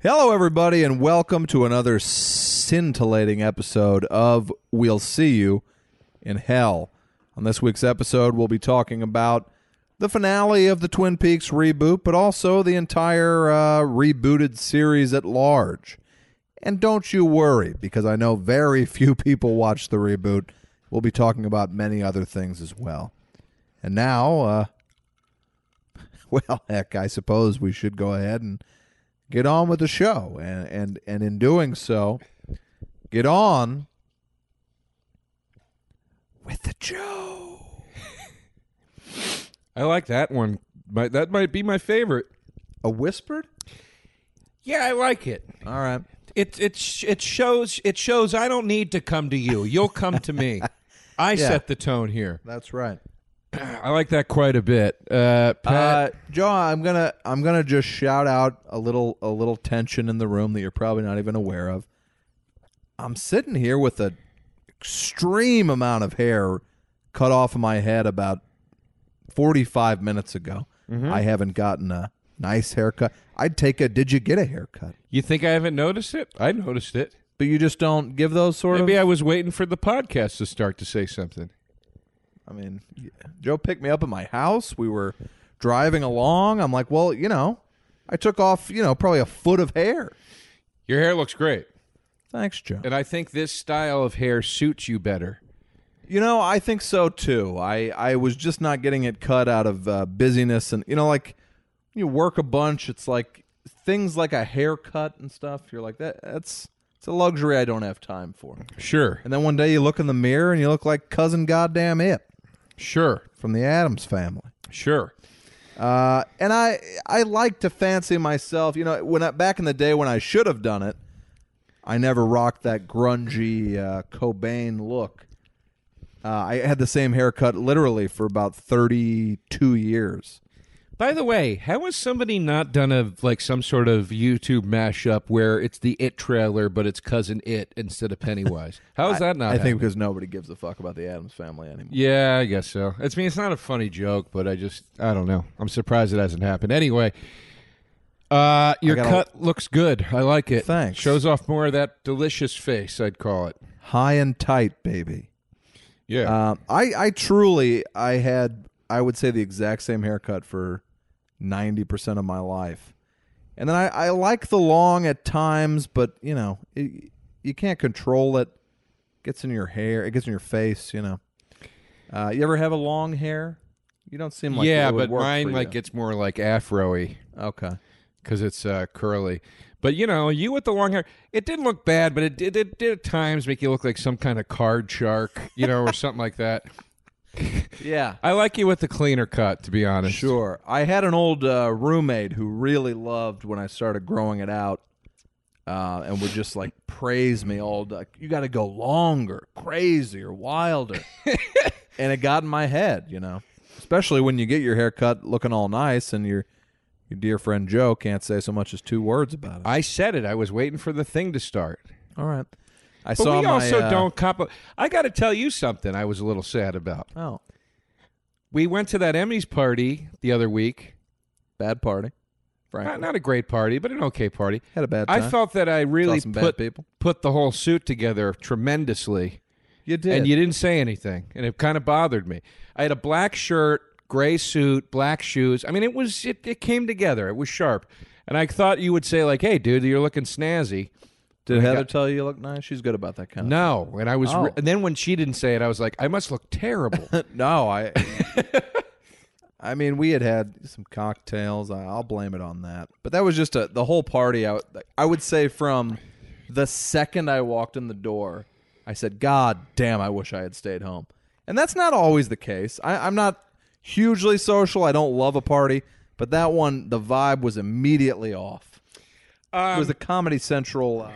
Hello, everybody, and welcome to another scintillating episode of We'll See You in Hell. On this week's episode, we'll be talking about the finale of the Twin Peaks reboot, but also the entire uh, rebooted series at large. And don't you worry, because I know very few people watch the reboot. We'll be talking about many other things as well. And now, uh, well, heck, I suppose we should go ahead and get on with the show and and and in doing so get on with the joe I like that one. My, that might be my favorite. a whispered Yeah, I like it. all right It it sh- it shows it shows I don't need to come to you. You'll come to me. I set the tone here. that's right I like that quite a bit. Uh, Pat, uh, joe i'm gonna i'm gonna just shout out a little a little tension in the room that you're probably not even aware of i'm sitting here with an extreme amount of hair cut off of my head about 45 minutes ago i haven't gotten a nice haircut i'd take a did you get a haircut you think I haven't noticed it? I noticed it. But you just don't give those sort Maybe of. I was waiting for the podcast to start to say something. I mean, Joe picked me up at my house. We were driving along. I'm like, well, you know, I took off, you know, probably a foot of hair. Your hair looks great, Thanks, Joe. and I think this style of hair suits you better. You know, I think so too. I I was just not getting it cut out of uh, busyness, and you know, like you work a bunch. It's like things like a haircut and stuff. You're like that. That's it's a luxury I don't have time for. Sure, And then one day you look in the mirror and you look like cousin goddamn it sure, from the Adams family. sure. Uh, and I I like to fancy myself, you know, when I, back in the day when I should have done it, I never rocked that grungy uh, Cobain look. Uh, I had the same haircut literally for about 32 years. By the way, how has somebody not done a like some sort of YouTube mashup where it's the It trailer but it's cousin It instead of Pennywise? How is that not? I think happening? because nobody gives a fuck about the Adams family anymore. Yeah, I guess so. It's I mean it's not a funny joke, but I just I don't know. I'm surprised it hasn't happened. Anyway, uh, your I gotta- cut looks good. I like it. Thanks. Shows off more of that delicious face. I'd call it. Uh, High and tight, baby. Yeah. Um, I I truly I had I would say the exact same haircut for ninety percent of my life, and then I, I like the long at times, but you know it, you can't control it. Gets in your hair, it gets in your face. You know, uh, you ever have a long hair? You don't seem like yeah, it would but work mine for like you. gets more like afro-y. okay. because it's uh, curly. But you know, you with the long hair, it didn't look bad, but it did, it did at times make you look like some kind of card shark, you know, or something like that. Yeah, I like you with the cleaner cut, to be honest. Sure. I had an old uh, roommate who really loved when I started growing it out uh, and would just like praise me all day. You got to go longer, crazier, wilder. and it got in my head, you know, especially when you get your hair cut looking all nice and your, your dear friend Joe can't say so much as two words about it. I said it. I was waiting for the thing to start. all right. I But saw we my, also uh, don't comp. I got to tell you something. I was a little sad about. Oh, We went to that Emmys party the other week. bad party. Not, Frank not a great party, but an okay party. had a bad time. I felt that I really some bad put people. put the whole suit together tremendously. you did. and you didn't say anything, and it kind of bothered me. I had a black shirt, gray suit, black shoes. I mean, it was it, it came together. It was sharp, and I thought you would say like, "Hey, dude, you're looking snazzy." did Heather tell you you look nice? She's good about that kind of No, and I was, Oh. re- and then when she didn't say it, I was like, "I must look terrible." No, I. I mean, we had had some cocktails. I- I'll blame it on that. But that was just a the whole party. I would- I would say from the second I walked in the door, I said, "God damn, I wish I had stayed home." And that's not always the case. I, I'm not hugely social. I don't love a party, but that one, the vibe was immediately off. it was the Comedy Central uh,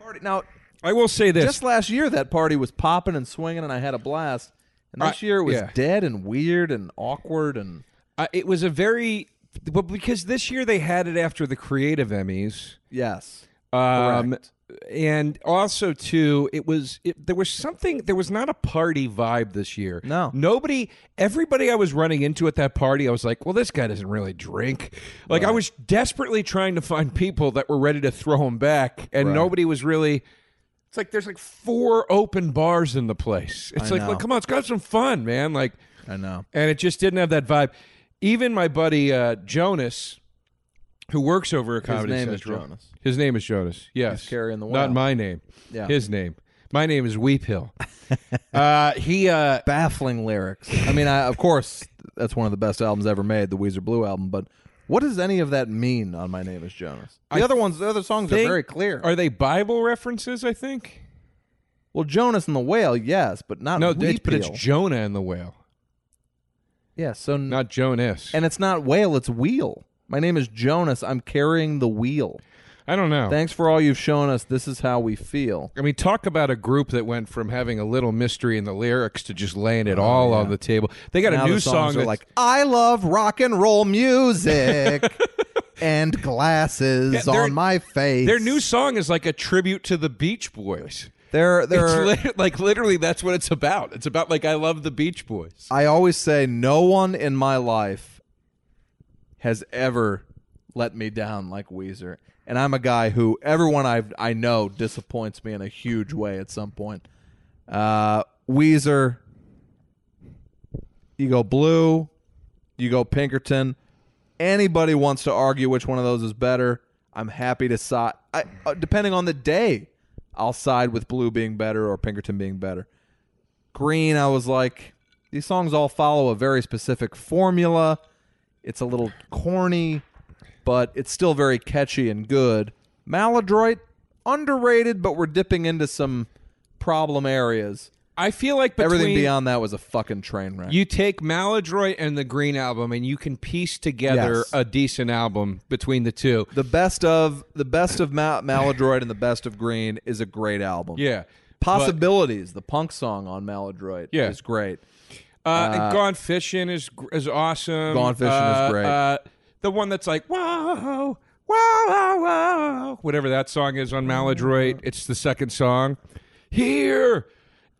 party. Now, I will say this. just last year that party was popping and swinging, and I had a blast. And this I- year it was yeah. dead and weird and awkward and uh, it was a very, but because this year they had it after the creative Emmys. yes, Um, Correct. and also too, it was it, there was something there was not a party vibe this year. No. nobody, everybody I was running into at that party, I was like, well, this guy doesn't really drink. Like I was desperately trying to find people that were ready to throw him back, and Right. nobody was really. It's like there's like four open bars in the place. It's I like, know. look, come on, let's go have some fun, man. Like, I know. and it just didn't have that vibe. Even my buddy uh, Jonas, who works over at Comedy name is Central, Jonas. His name is Jonas. Yes, He's carrying the Not wow. my name. Yeah. his name. My name is Weep Hill. uh, he uh, Baffling lyrics. I mean, I, of course, that's one of the best albums ever made, the Weezer Blue album. But what does any of that mean on "My Name Is Jonas"? The I other ones, the other songs think- are very clear. Are they Bible references? I think well, Jonas and the Whale, yes, but not no. Wheat It's, but it's Peel. Jonah and the whale, yeah. So not, not Jonas. and it's not whale, it's wheel. My name is Jonas. I'm carrying the wheel. I don't know. Thanks for all you've shown us. This is how we feel. I mean, talk about a group that went from having a little mystery in the lyrics to just laying it all on the table. They got Oh, now a new the songs song are that's- like I love rock and roll music and glasses they're- on my face. Their new song is like a tribute to the Beach Boys. They're It's they're. lit- like literally that's what it's about. It's about like I love the Beach Boys. I always say no one in my life has ever let me down like Weezer, and I'm a guy who everyone I I know disappoints me in a huge way at some point. Uh, Weezer, you go blue, you go Pinkerton. Anybody wants to argue which one of those is better? I'm happy to side. I, uh, depending on the day, I'll side with blue being better or Pinkerton being better. Green, I was like, these songs all follow a very specific formula. It's a little corny, but it's still very catchy and good. Maladroit, underrated, but we're dipping into some problem areas. I feel like between Everything beyond that was a fucking train wreck. you take Maladroit and the Green album and you can piece together Yes. a decent album between the two. the best of the best of Ma- Maladroit and the best of Green is a great album. Yeah. Possibilities, the punk song on Maladroit Yeah. is great. Uh, and Gone Fishing is gr- is awesome. Gone Fishing is Uh, great. Uh, the one that's like whoa, whoa, whoa, whoa, whatever that song is on Maladroit. It's the second song. Here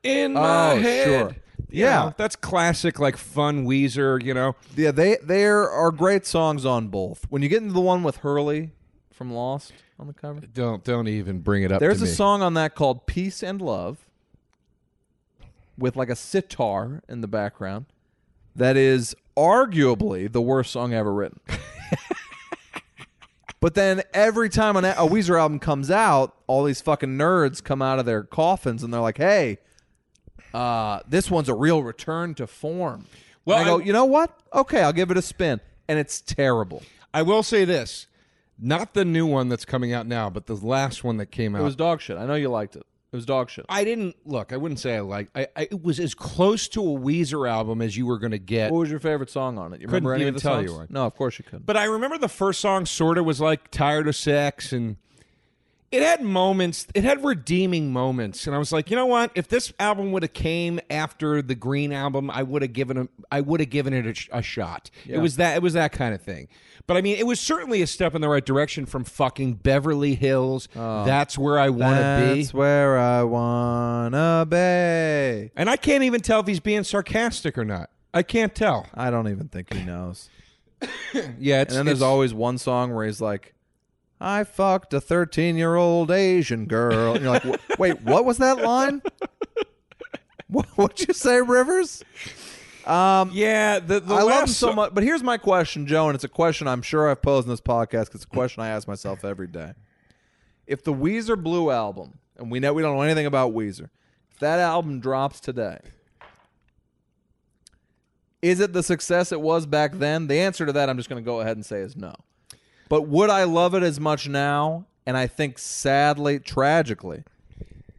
in my Oh, head. sure. You Yeah. know, that's classic, like fun Weezer. You know, Yeah, they there are great songs on both. When you get into the one with Hurley from Lost on the cover, don't don't even bring it up. there's to a me. song on that called "Peace and Love" with like a sitar in the background. That is arguably the worst song ever written. but then every time an, a Weezer album comes out, all these fucking nerds come out of their coffins and they're like, "Hey, uh, this one's a real return to form." Well, Well, I go, I- you know what? Okay, I'll give it a spin, and it's terrible. I will say this: not the new one that's coming out now, but the last one that came out. It was dog shit. I know you liked it. It was dog shit. I didn't look. I wouldn't say I liked. I, I it was as close to a Weezer album as you were going to get. What was your favorite song on it? You Couldn't remember any even of the tell songs? you one. No, of course you couldn't. But I remember the first song sort of was like tired of sex and it had moments it had redeeming moments and I was like, you know what? If this album would have came after the Green album, I would have given a, I would have given it a, sh- a shot. It was that it was that kind of thing. But I mean, it was certainly a step in the right direction from fucking Beverly Hills. That's where I want to be. Oh. That's where I wanna be. And I can't even tell if he's being sarcastic or not. I can't tell. I don't even think he knows. Yeah, it's And then there's it's- always one song where he's like, "I fucked a 13 year old Asian girl," and you're like, "Wh- "Wait, what was that line? What would you say, Rivers?" yeah. The, the I love him last so so much. much. But here's my question, Joe, and it's a question I'm sure I've posed in this podcast 'cause it's a question I ask myself every day. If the Weezer Blue album, and we know we don't know anything about Weezer, if that album drops today, is it the success it was back then? The answer to that, I'm just going to go ahead and say, is no. But would I love it as much now? And I think sadly, tragically,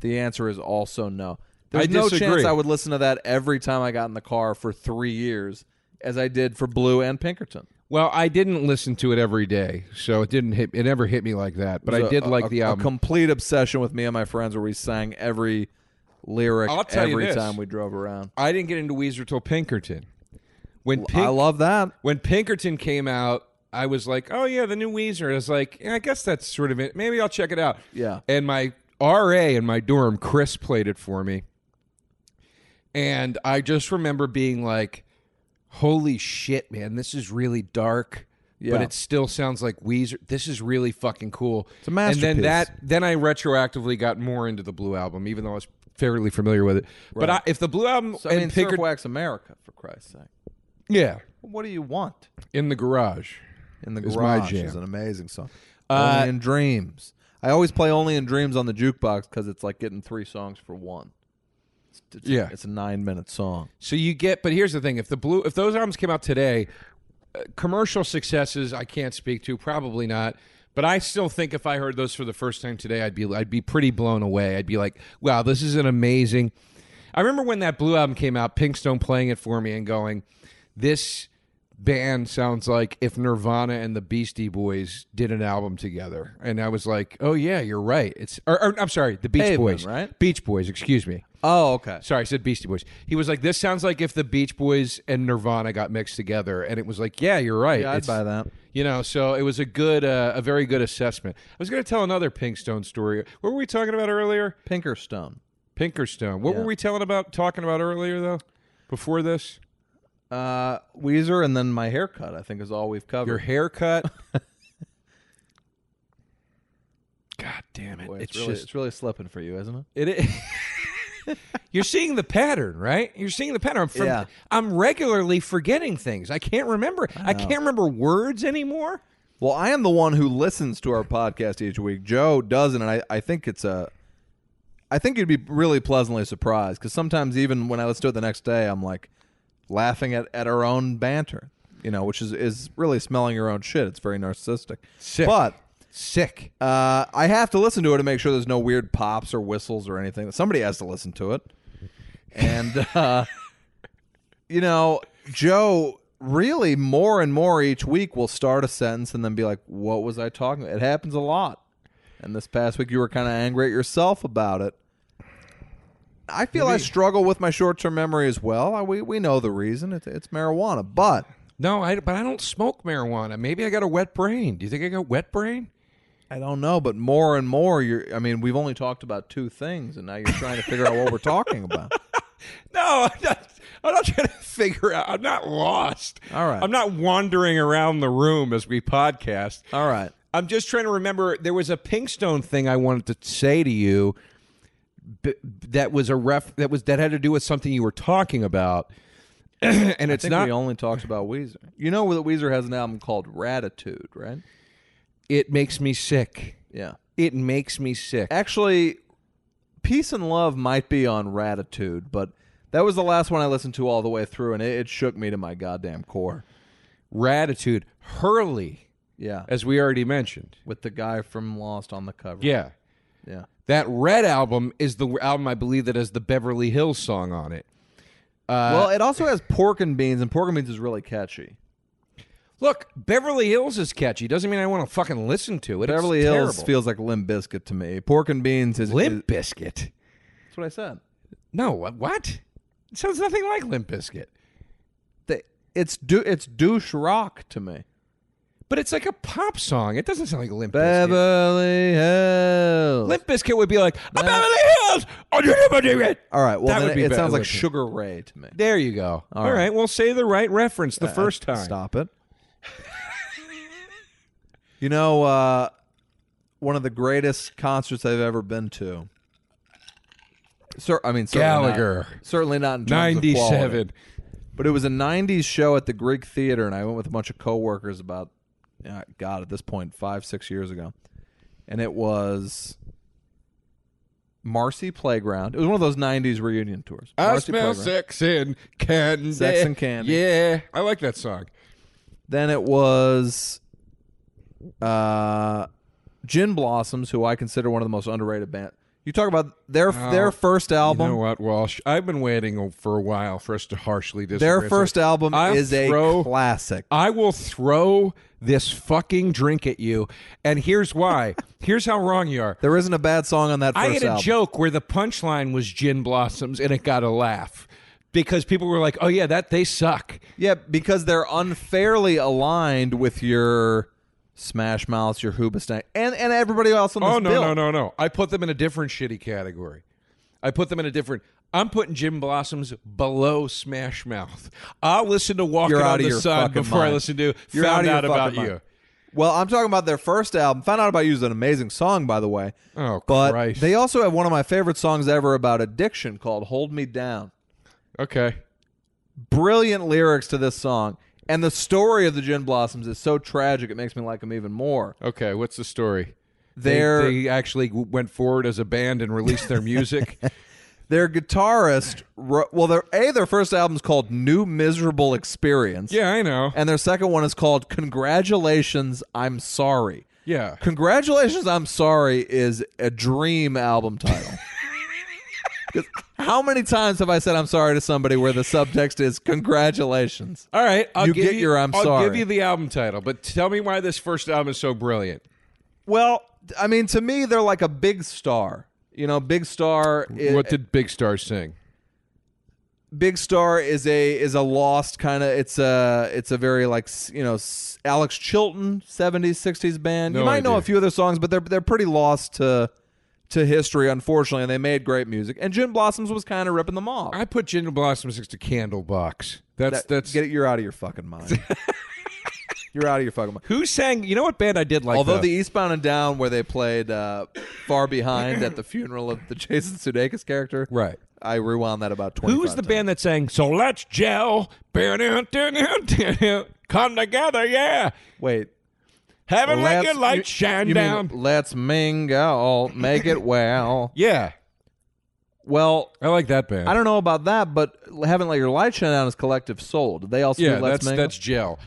the answer is also no. There's I no disagree. chance I would listen to that every time I got in the car for three years, as I did for Blue and Pinkerton. Well, I didn't listen to it every day, so it didn't hit. It never hit me like that, but I was a- did a- like a- the um, a album. complete obsession with me and my friends where we sang every lyric I'll tell you every this. time we drove around. I didn't get into Weezer till Pinkerton. When Pink, I love that. when Pinkerton came out, I was like, "Oh yeah, the new Weezer." I was like, yeah, "I guess that's sort of it. Maybe I'll check it out." Yeah. And my RA in my dorm, Chris, played it for me, and I just remember being like, "Holy shit, man! This is really dark." Yeah. But it still sounds like Weezer. This is really fucking cool. a It's And masterpiece. then that, then I retroactively got more into the Blue album, even though I was fairly familiar with it. But I, if the Blue album So, I and mean, Surf Pinkerton, Wax America, for Christ's sake. yeah, What do you want? in the garage, In the Is my Garage is jam. an amazing song. Only in Dreams. I always play Only in Dreams on the jukebox because it's like getting three songs for one. It's, it's- Yeah. It's a nine minute song. So you get, but here's the thing: if the blue, if those albums came out today, uh, commercial successes I can't speak to, probably not. But I still think if I heard those for the first time today, I'd be I'd be pretty blown away. I'd be like, wow, this is an amazing. I remember when that blue album came out, Pinkstone playing it for me and going, this band sounds like if Nirvana and the Beastie Boys did an album together. And I was like, oh yeah, you're right. It's or, or I'm sorry, the Beach Pavement, Boys, right? Beach Boys, excuse me. Oh, okay. Sorry, I said Beastie Boys. He was like, "This sounds like if the Beach Boys and Nirvana got mixed together," and it was like, "Yeah, you're right." Yeah, I'd It's- buy that. You know, so it was a good, uh, a very good assessment. I was going to tell another Pinkstone story. What were we talking about earlier? Pinkerstone. Pinkerstone. What Yeah. were we telling about talking about earlier though? Before this, Uh, Weezer and then my haircut, I think, is all we've covered. your haircut. God damn it! Boy, it's it's, really, just it's really slipping for you, isn't it? It is. You're seeing the pattern, right? You're seeing the pattern. I'm, from, Yeah. I'm regularly forgetting things. I can't remember. I, can't remember words anymore. Well, I am the one who listens to our podcast each week. Joe doesn't, and I, I think it's a. I think you'd be really pleasantly surprised because sometimes even when I listen to it the next day, I'm like laughing at, at our own banter, you know, which is, is really smelling your own shit. It's very narcissistic. Sick. But Sick. uh, I have to listen to it to make sure there's no weird pops or whistles or anything. Somebody has to listen to it. And, uh, you know, Joe really more and more each week will start a sentence and then be like, what was I talking about? It happens a lot. And this past week, you were kind of angry at yourself about it. I feel I struggle with my short term memory as well. I, we, we know the reason it's, it's marijuana, but No, I, but I don't smoke marijuana. Maybe I got a wet brain. Do you think I got wet brain? I don't know, but more and more, you're. I mean, we've only talked about two things, and now you're trying to figure out what we're talking about. No, I'm not, I'm not trying to figure out. I'm not lost. All right. I'm not wandering around the room as we podcast. All right. I'm just trying to remember. There was a Pinkstone thing I wanted to say to you b- that was a ref that was that had to do with something you were talking about, and I it's think not. we only talked about Weezer. You know that Weezer has an album called Ratitude, right? it makes me sick. Yeah. It makes me sick. Actually, Peace and Love might be on Ratitude, but that was the last one I listened to all the way through, and it, it shook me to my goddamn core. Ratitude. Hurley, Yeah. as we already mentioned. With the guy from Lost on the cover. Yeah, Yeah. that Red album is the album I believe that has the Beverly Hills song on it. Uh, well, it also has Pork and Beans, and Pork and Beans is really catchy. Look, Beverly Hills is catchy. Doesn't mean I want to fucking listen to it. Beverly it's Hills terrible. feels like Limp Biscuit to me. Pork and Beans is is- Limp Biscuit. That's what I said. No, what? what? It sounds nothing like Limp Bizkit. They, it's do it's douche rock to me. But it's like a pop song. It doesn't sound like Limp Bizkit. Beverly Hills. Limp Bizkit would be like, "I'm Beverly Hills! Oh, you never do it! All right. Well, That then would be it, it better sounds like looking. Sugar Ray to me. There you go. All right. right. Uh, well, say the right reference the first time. Stop it. you know, uh, one of the greatest concerts I've ever been to. Cer- I mean, certainly Gallagher. Not, certainly not in terms of quality. 97. But it was a 90s show at the Greek Theater, and I went with a bunch of coworkers about, uh, God, at this point, five, six years ago. And it was Marcy Playground. It was one of those 90s reunion tours. I Marcy smell Playground. sex and candy. Sex and candy. Yeah. I like that song. Then it was uh, Gin Blossoms, who I consider one of the most underrated band. You talk about their their first album. Oh, You know what, Walsh? I've been waiting for a while for us to harshly disagree. their So first album I'll is a throw- classic. I will throw this fucking drink at you, and here's why. here's how wrong you are. there isn't a bad song on that first I had a album. joke where the punchline was gin blossoms, and it got a laugh because people were like, "Oh yeah, that they suck." Yeah, because they're unfairly aligned with your Smash Mouth, your Hoobastank, and and everybody else on this Oh no, bill. no, no, no! I put them in a different shitty category. I put them in a different. I'm putting Jim Blossoms below Smash Mouth. I'll listen to Walking You're on out of the your Sun fucking before I mind. listen to You're Found out, Out, of your About fucking You. mind. Well, I'm talking about their first album. Found out about you is an amazing song, by the way. Oh, but Christ. they also have one of my favorite songs ever about addiction called "Hold Me Down." Okay. Brilliant lyrics to this song, and the story of the Gin Blossoms is so tragic it makes me like them even more. Okay. What's the story? They're- they, they actually w- went forward as a band and released their music. Their guitarist, wrote, well, their a their first album's called "New Miserable Experience." yeah, I know. And their second one is called Congratulations, I'm Sorry. Yeah. Congratulations, I'm Sorry is a dream album title. 'Cause How many times have I said I'm sorry to somebody where the subtext is congratulations? All right, I'll You give get you, your I'm I'll sorry. give you the album title, but tell me why this first album is so brilliant. Well, I mean, to me, they're like a big star. You know, big star. i- what did Big Star sing? Big Star is a is a lost kind of it's a it's a very like s- you know s- Alex Chilton 70s 60s band. No you might know idea. a few of their songs but they're they're pretty lost to to history unfortunately and they made great music and Gin Blossoms was kind of ripping them off. I put Ginger Blossoms next to Candlebox. That's That- that's get it you're out of your fucking mind. you're out of your fucking mind. who sang. You know what band I did like? Although though? the Eastbound and Down where they played uh, Far Behind at the funeral of the Jason Sudeikis character. Right. I rewound that about 20 who was the band that sang? So let's gel, come together, yeah, Wait. heaven let your Let's- light you- shine you mean, down. let's mingle, make it well. yeah, Well, I like that band. I don't know about that, but haven't let your light shine down is Collective Soul. Did they also yeah, do Let's that's Mingle? that's gel.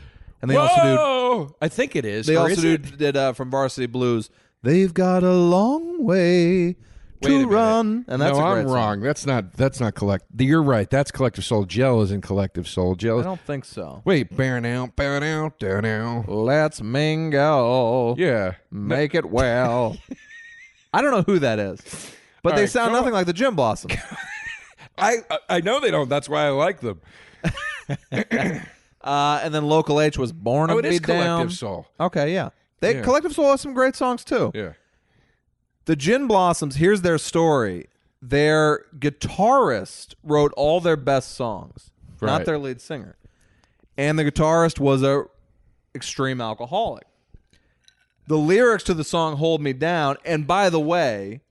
And they Whoa! also do- I think it is. they or also is do, it? did uh, from Varsity Blues. They've got a long way Wait a to minute. run, and that's no, a I'm great song. wrong. That's not. That's not collect. You're right. That's collective soul. Gel is in collective soul. Gel. I Is, don't think so. wait. Burn out. Burn out. Burn out. Let's mingle, Yeah. make it well. I don't know who that is, but All they right, sound go nothing like the Jim Blossoms. I I- I know they don't. That's why I like them. Uh, and then Local H was Born Oh, to it Be is Down. collective soul. Okay, yeah. They Yeah. Collective Soul has some great songs too. Yeah. The Gin Blossoms, here's their story. Their guitarist wrote all their best songs, Right. not their lead singer. And the guitarist was a extreme alcoholic. The lyrics to the song Hold Me Down, and by the way,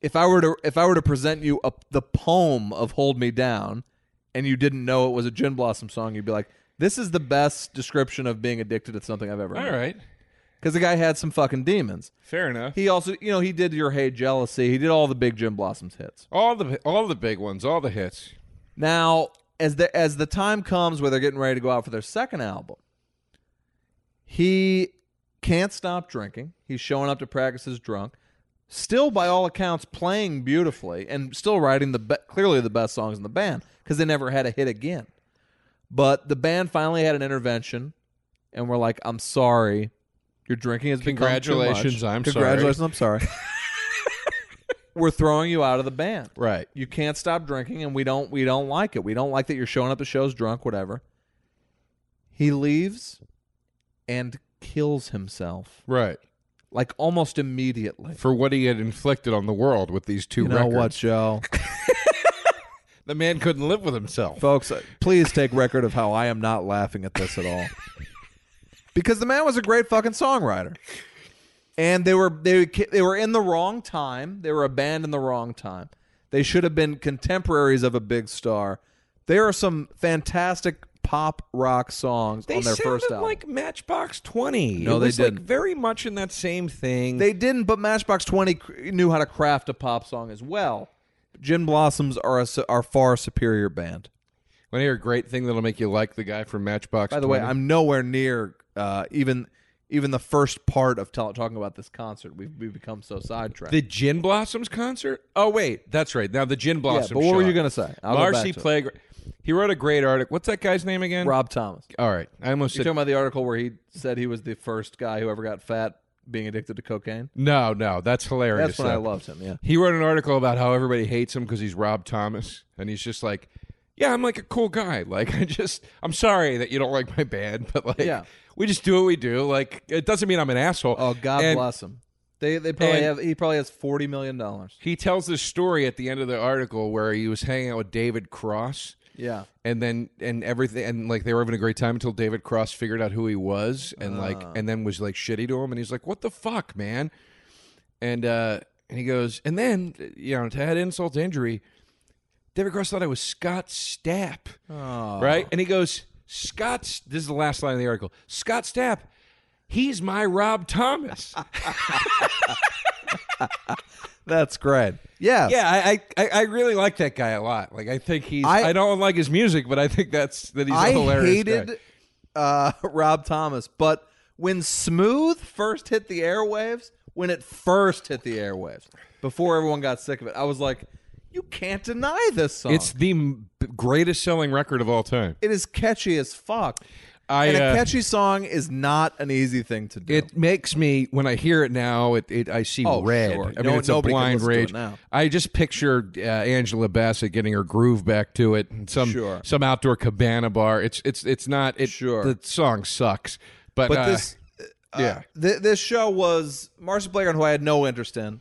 if I were to if I were to present you a, the poem of Hold Me Down and you didn't know it was a Gin Blossom song, you'd be like, this is the best description of being addicted to something I've ever All heard. right. Because the guy had some fucking demons. Fair enough. He also, you know, he did your "Hey Jealousy." He did all the big Jim Blossoms hits. all the all the big ones. All the hits. Now, as the as the time comes where they're getting ready to go out for their second album, he can't stop drinking. He's showing up to practices drunk, still by all accounts playing beautifully and still writing the be- clearly the best songs in the band because they never had a hit again. But the band finally had an intervention, and we're like, "I'm sorry." Your drinking has become too much. Congratulations, I'm sorry." Congratulations, I'm sorry. we're throwing you out of the band. Right. You can't stop drinking, and we don't we don't like it. We don't like that you're showing up to shows drunk, whatever. He leaves and kills himself. Right. Like almost immediately. For what he had inflicted on the world with these two You know records. what, Joe? The man couldn't live with himself. Folks, uh, please take record of how I am not laughing at this at all. Because the man was a great fucking songwriter. And they were they they were in the wrong time. They were a band in the wrong time. They should have been contemporaries of a big star. There are some fantastic pop rock songs They on their sounded first album. like Matchbox Twenty. No, It they was, Like didn't. very much in that same thing. They didn't, but Matchbox Twenty cr- knew how to craft a pop song as well. Gin Blossoms are a, su- are far superior band. Want to hear a great thing that'll make you like the guy from Matchbox? By the way, 20? I'm nowhere near uh, even even the first part of tell talking about this concert. We've, we've become so sidetracked. The Gin Blossoms concert? Oh wait, that's right. Now the Gin Blossoms. but what were show you up. gonna say? I'll go back Marcy to it. Playground. He wrote a great article. What's that guy's name again? Rob Thomas. All right, I almost You're said talking about the article where he said he was the first guy who ever got fat being addicted to cocaine. no, no. That's hilarious. That's when though. I loved him. Yeah. He wrote an article about how everybody hates him because he's Rob Thomas, and he's just like, "Yeah, I'm like a cool guy. Like, I just, I'm sorry that you don't like my band, but like, Yeah. we just do what we do. Like, it doesn't mean I'm an asshole." Oh, God And bless him. They they probably and- have. He probably has forty million dollars. He tells this story at the end of the article where he was hanging out with David Cross. Yeah. and then and everything and like they were having a great time until David Cross figured out who he was and like and then was like shitty to him and he's like what the fuck man and uh and he goes and then you know to add insult to injury David Cross thought I was Scott Stapp right and he goes Scott's this is the last line of the article Scott Stapp he's my Rob Thomas That's great. Yeah. yeah I, I I really like that guy a lot like I think he's I, I- don't like his music but I think that's that he's a I hilarious guy. hated uh, Rob Thomas, but when Smooth first hit the airwaves, when it first hit the airwaves, before everyone got sick of it, I was like, "You can't deny this song. It's the m- greatest selling record of all time. it is catchy as fuck." I, and a uh, catchy song is not an easy thing to do. It makes me when I hear it now. It, it I see Oh, red. sure. I mean, No- it's a nobody can blind listen to it rage. now. I just picture uh, Angela Bassett getting her groove back to it. In some Sure. some outdoor cabana bar. It's it's it's not. It, Sure. the song sucks. But, but uh, this, yeah. th- this show was Marcy Playground, who I had no interest in,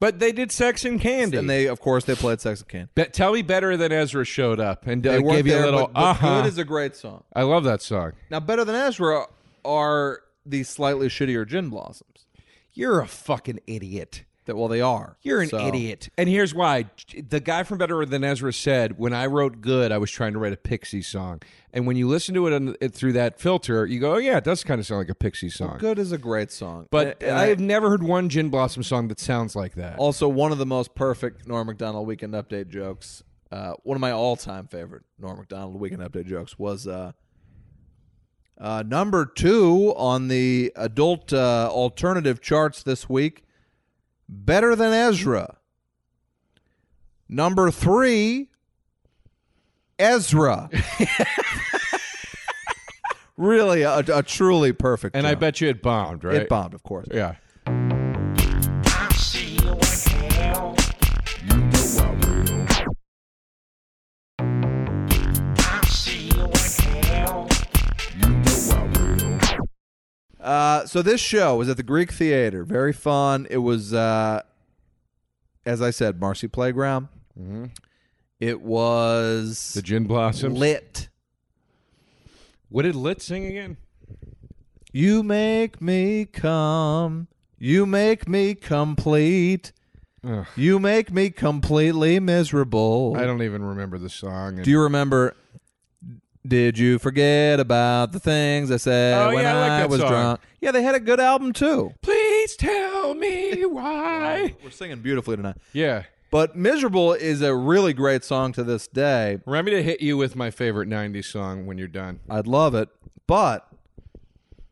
But they did Sex and Candy. and they, of course, they played Sex and Candy. Be- tell me better than Ezra showed up and uh, They weren't gave you there, a little. but, but uh "Good" is a great song. I love that song. Now, better than Ezra are the slightly shittier Gin Blossoms. You're a fucking idiot. That well, they are. You're an So- idiot. And here's why. The guy from Better Than Ezra said, when I wrote Good, I was trying to write a Pixie song. And when you listen to it, on, it through that filter, you go, oh, yeah, it does kind of sound like a Pixie song. Good is a great song, But And- and I have never heard one Gin Blossom song that sounds like that. also one of the most perfect Norm Macdonald Weekend Update jokes. Uh, one of my all-time favorite Norm Macdonald Weekend Update jokes was uh, uh, number two on the adult uh, alternative charts this week. Better than Ezra. Number three, Ezra. really, a, a truly perfect. and I joke. bet you it bombed, right? it bombed, of course. Yeah. Uh, so this show was at the Greek Theater. Very fun. It was, uh, as I said, Marcy Playground. Mm-hmm. It was The Gin Blossoms. lit. What did Lit sing again? You make me come. You make me complete. Ugh. You make me completely miserable. I don't even remember the song. And- Do you remember? Did you forget about the things I said Oh, when yeah, I like that was song. drunk? Yeah, they had a good album too. Please tell me why. We're singing beautifully tonight. yeah. But Miserable is a really great song to this day. Remind me to hit you with my favorite 90s song when you're done. I'd love it. But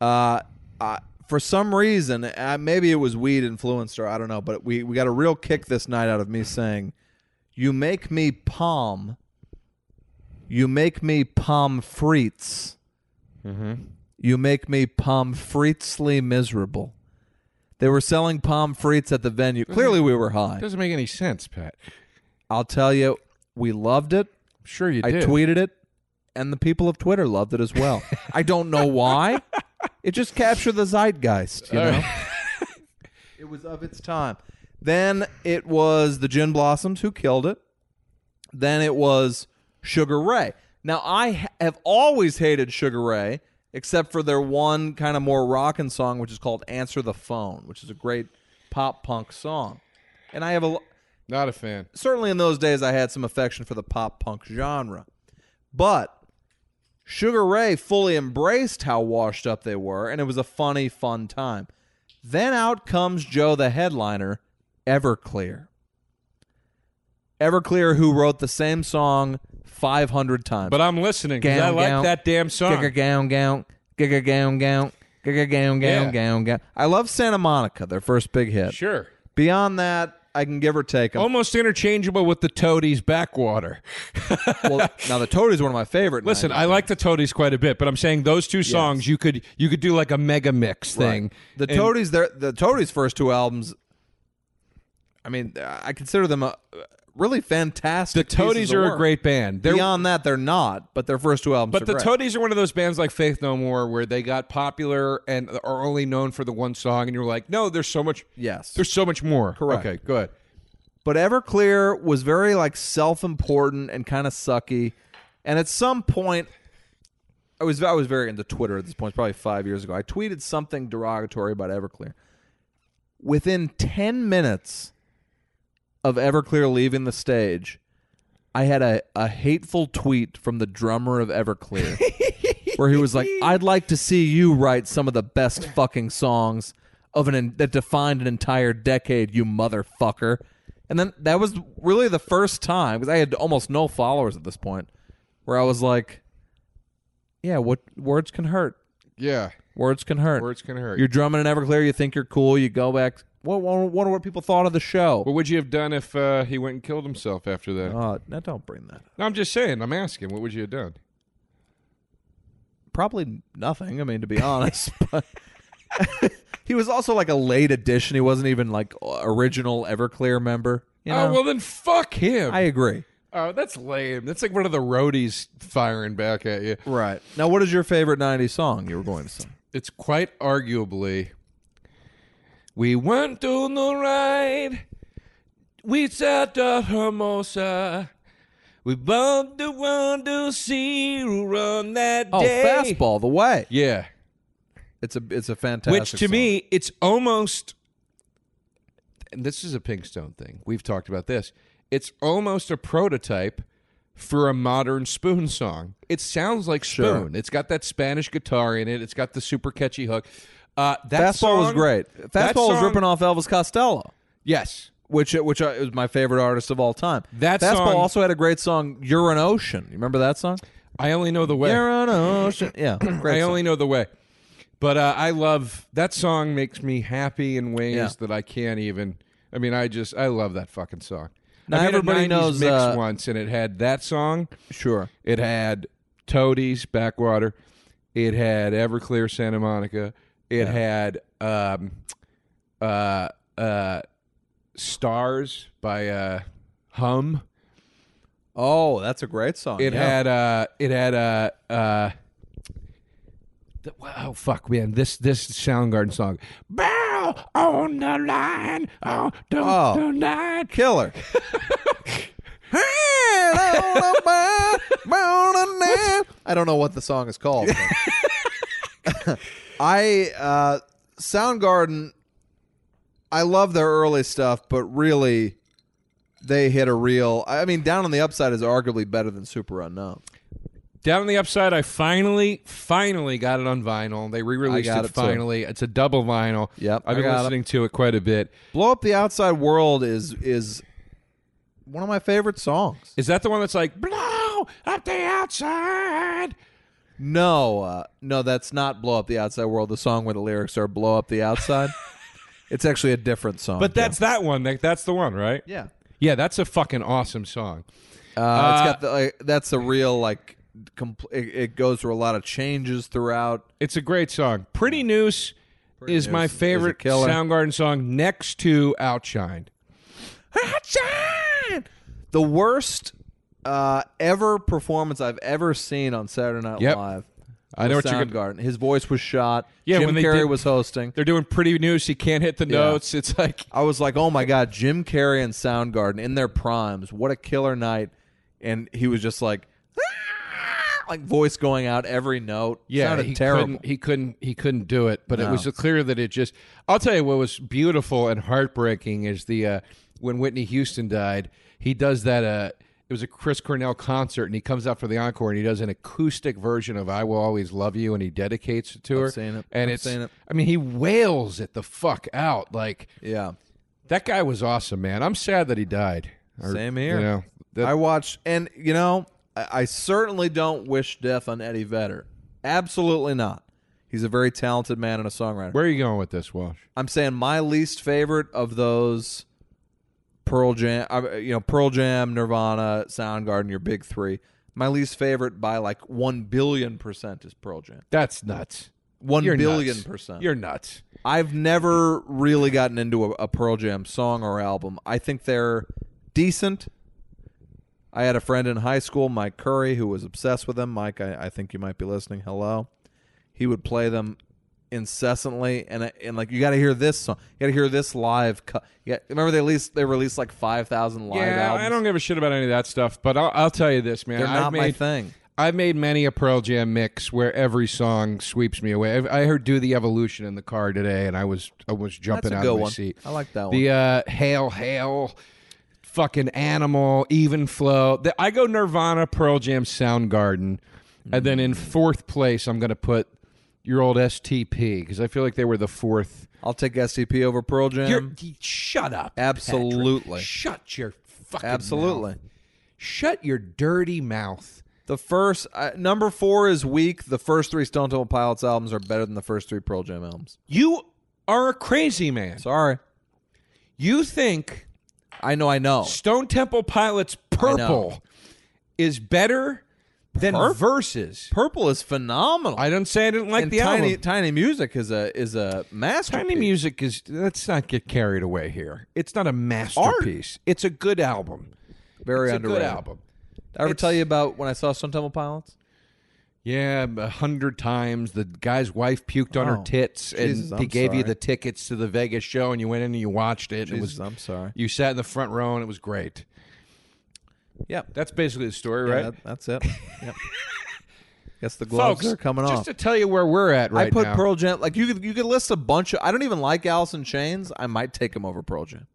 uh, I, for some reason, uh, maybe it was weed influenced or I don't know, but we, we got a real kick this night out of me saying, You make me palm. You make me palm frites. You make me palm fritesly miserable. They were selling palm frites at the venue. Clearly, we were high. Doesn't make any sense, Pat. I'll tell you, we loved it. I'm sure you I did. tweeted it, and the people of Twitter loved it as well. I don't know why. It just captured the zeitgeist, you All know. right. it was of its time. Then it was the Gin Blossoms who killed it. Then it was Sugar Ray. Now I ha- have always hated Sugar Ray, except for their one kind of more rockin' song, which is called "Answer the Phone," which is a great pop punk song. And I have a l- Not a fan. certainly in those days I had some affection for the pop punk genre. But Sugar Ray fully embraced how washed up they were, and it was a funny, fun time. Then out comes Joe the headliner, Everclear. Everclear, who wrote the same song 500 times. But I'm listening because I Gown, like gown. that damn song. Gigga gown gown, gigga gown gown, Gown, gown, Yeah. gown, gown. I love Santa Monica, their first big hit. Sure. Beyond that, I can give or take 'em. Almost interchangeable with the Toadies backwater. well, now the Toad is one of my favorite. Listen, 90s. I like the Toadies quite a bit, but I'm saying those two songs you could you could do like a mega mix Right. thing. The And- Toadies, their the Toadies' first two albums. I mean, I consider them a really the fantastic. pieces Toadies of are a work. great band. They're Beyond that, they're not. But their first two albums. But are the great. Toadies are one of those bands like Faith No More where they got popular and are only known for the one song, and you're like, no, there's so much. Yes. There's so much more. Correct. Okay, good. But Everclear was very like self-important and kind of sucky. And at some point, I was I was very into Twitter at this point, probably five years ago. I tweeted something derogatory about Everclear. Within ten minutes of Everclear leaving the stage, I had a, a hateful tweet from the drummer of Everclear where he was like, I'd like to see you write some of the best fucking songs of an that defined an entire decade, you motherfucker. And then that was really the first time because I had almost no followers at this point, where I was like, "Yeah, what words can hurt? Yeah. Words can hurt. Words can hurt. You're drumming in Everclear. You think you're cool. You go back. What wonder what, what people thought of the show? What would you have done if uh, he went and killed himself after that? Uh, no, don't bring that. no, I'm just saying. I'm asking. What would you have done? Probably nothing. I mean, to be honest, but he was also like a late addition. He wasn't even like original Everclear member. You know? Oh well, then fuck him. I agree. oh, that's lame. That's like one of the roadies firing back at you. Right. Now, what is your favorite 90s song you were going to sing? It's quite arguably. We went on the ride. We sat at Hermosa. We bumped the one to see you run that Oh, day. fastball the way. Yeah. It's a it's a fantastic. Which to song. me, it's almost. And this is a Pinkstone thing. We've talked about this. It's almost a prototype for a modern Spoon song. It sounds like Sure. Spoon. It's got that Spanish guitar in it. It's got the super catchy hook. Uh, that fastball was song- great. that Fastball was song- ripping off Elvis Costello, Yes. which uh, which I, was my favorite artist of all time. That fastball song- also had a great song. You're an ocean. You remember that song? I only know the way. You're an ocean. Yeah, great. I song. only know the way. But uh, I love that song. Makes me happy in ways Yeah. that I can't even. I mean, I just I love that fucking song. Now, I made a everybody 90s knows, mix uh, once, and it had that song. sure. It had Toadies, Backwater. It had Everclear, Santa Monica. It had um, uh, uh, Stars by uh, Hum. Oh, that's a great song. It yeah. had uh it had uh uh th- Oh fuck, man! This this Soundgarden song, barrel on the line, on the, Oh. the line. killer. I don't know what the song is called. but- I uh, Soundgarden. I love their early stuff, but really, they hit a real. I mean, Down on the Upside is arguably better than Super Unknown. Down on the upside, I finally finally got it on vinyl. They re-released I got it, it, too. finally. It's a double vinyl. Yep, I've I been got it. listening to it quite a bit. Blow Up the Outside World is is one of my favorite songs. Is that the one that's like blow up the outside? No, uh, no, that's not "Blow Up the Outside World." The song where the lyrics are "Blow Up the Outside." it's actually a different song. But that's that one. Nick. That's the one, right? yeah, Yeah, that's a fucking awesome song. uh, it's got the like, that's a real like. Compl- it, it goes through a lot of changes throughout. It's a great song. Pretty Noose is my Noose is a favorite killer. Soundgarden song next to Outshine. Outshine! The worst uh, ever performance I've ever seen on Saturday Night Yep. Live. I know was what you're gonna- Soundgarden. His voice was shot. Yeah, Jim when they Carrey did- was hosting. They're doing Pretty Noose. He can't hit the notes. It's like I was like, oh my god, Jim Carrey and Soundgarden in their primes. What a killer night! And he was just like, "Ah," like voice going out every note. yeah, Sounded he terrible. couldn't he couldn't he couldn't do it. But it was clear that it just. I'll tell you what was beautiful and heartbreaking is the uh, when Whitney Houston died. He does that. Uh, it was a Chris Cornell concert, and he comes out for the encore, and he does an acoustic version of "I Will Always Love You," and he dedicates it to her. seen it. And I've it's. seen it. I mean, he wails it the fuck out like. Yeah, That guy was awesome, man. I'm sad that he died. Or, Same here. You know, that- I watched, and you know, I, I certainly don't wish death on Eddie Vedder. Absolutely not. He's a very talented man and a songwriter. Where are you going with this, Walsh? I'm saying my least favorite of those Pearl Jam, uh, you know, Pearl Jam, Nirvana, Soundgarden, your big three. My least favorite by like one billion percent is Pearl Jam. That's nuts. One You're billion nuts. percent. You're nuts. I've never really gotten into a, a Pearl Jam song or album. I think they're decent. I had a friend in high school, Mike Curry, who was obsessed with them. Mike, I, I think you might be listening. Hello. He would play them incessantly, and uh, and like you got to hear this song, you got to hear this live. Cu- yeah, remember they released they released like five thousand live yeah, albums. I don't give a shit about any of that stuff. But I'll, I'll tell you this, man. They're I've not made, my thing. I've made many a Pearl Jam mix where every song sweeps me away. I've- I heard "Do the Evolution" in the car today, and I was I was jumping a out good of my one. seat. I like that The uh, "Hail Hail," fucking "Animal," "Even Flow." The, I go Nirvana, Pearl Jam, Soundgarden, and then in fourth place, I'm going to put your old STP because I feel like they were the fourth. I'll take SCP over Pearl Jam. You're, d- shut up. Patrick. Absolutely. Shut your fucking Absolutely. mouth. Shut your dirty mouth. The first uh, number four is weak. The first three Stone Temple Pilots albums are better than the first three Pearl Jam albums. You are a crazy man. Sorry, You think I know, I know. Stone Temple Pilots Purple is better than Purp- Verses. Purple is phenomenal. I don't say I didn't like and the tiny, album. tiny music is a is a masterpiece. Tiny music is let's not get carried away here. It's not a masterpiece. It's a good album. very it's underrated. a good album. Did I ever It's- tell you about when I saw Stone Temple Pilots? Yeah, a hundred times the guy's wife puked on her Oh, tits, Jesus, and I'm he gave you sorry. the tickets to the Vegas show, and you went in and you watched it. and it was Jesus, I'm sorry. you sat in the front row, and it was great. Yep, That's basically the story, Yeah, right? that- that's it. Yep. Guess the gloves Folks, are coming just off. to tell you where we're at right I put now. Pearl Jam like you could you could list a bunch of. I don't even like Alice in Chains. I might take them over Pearl Jam.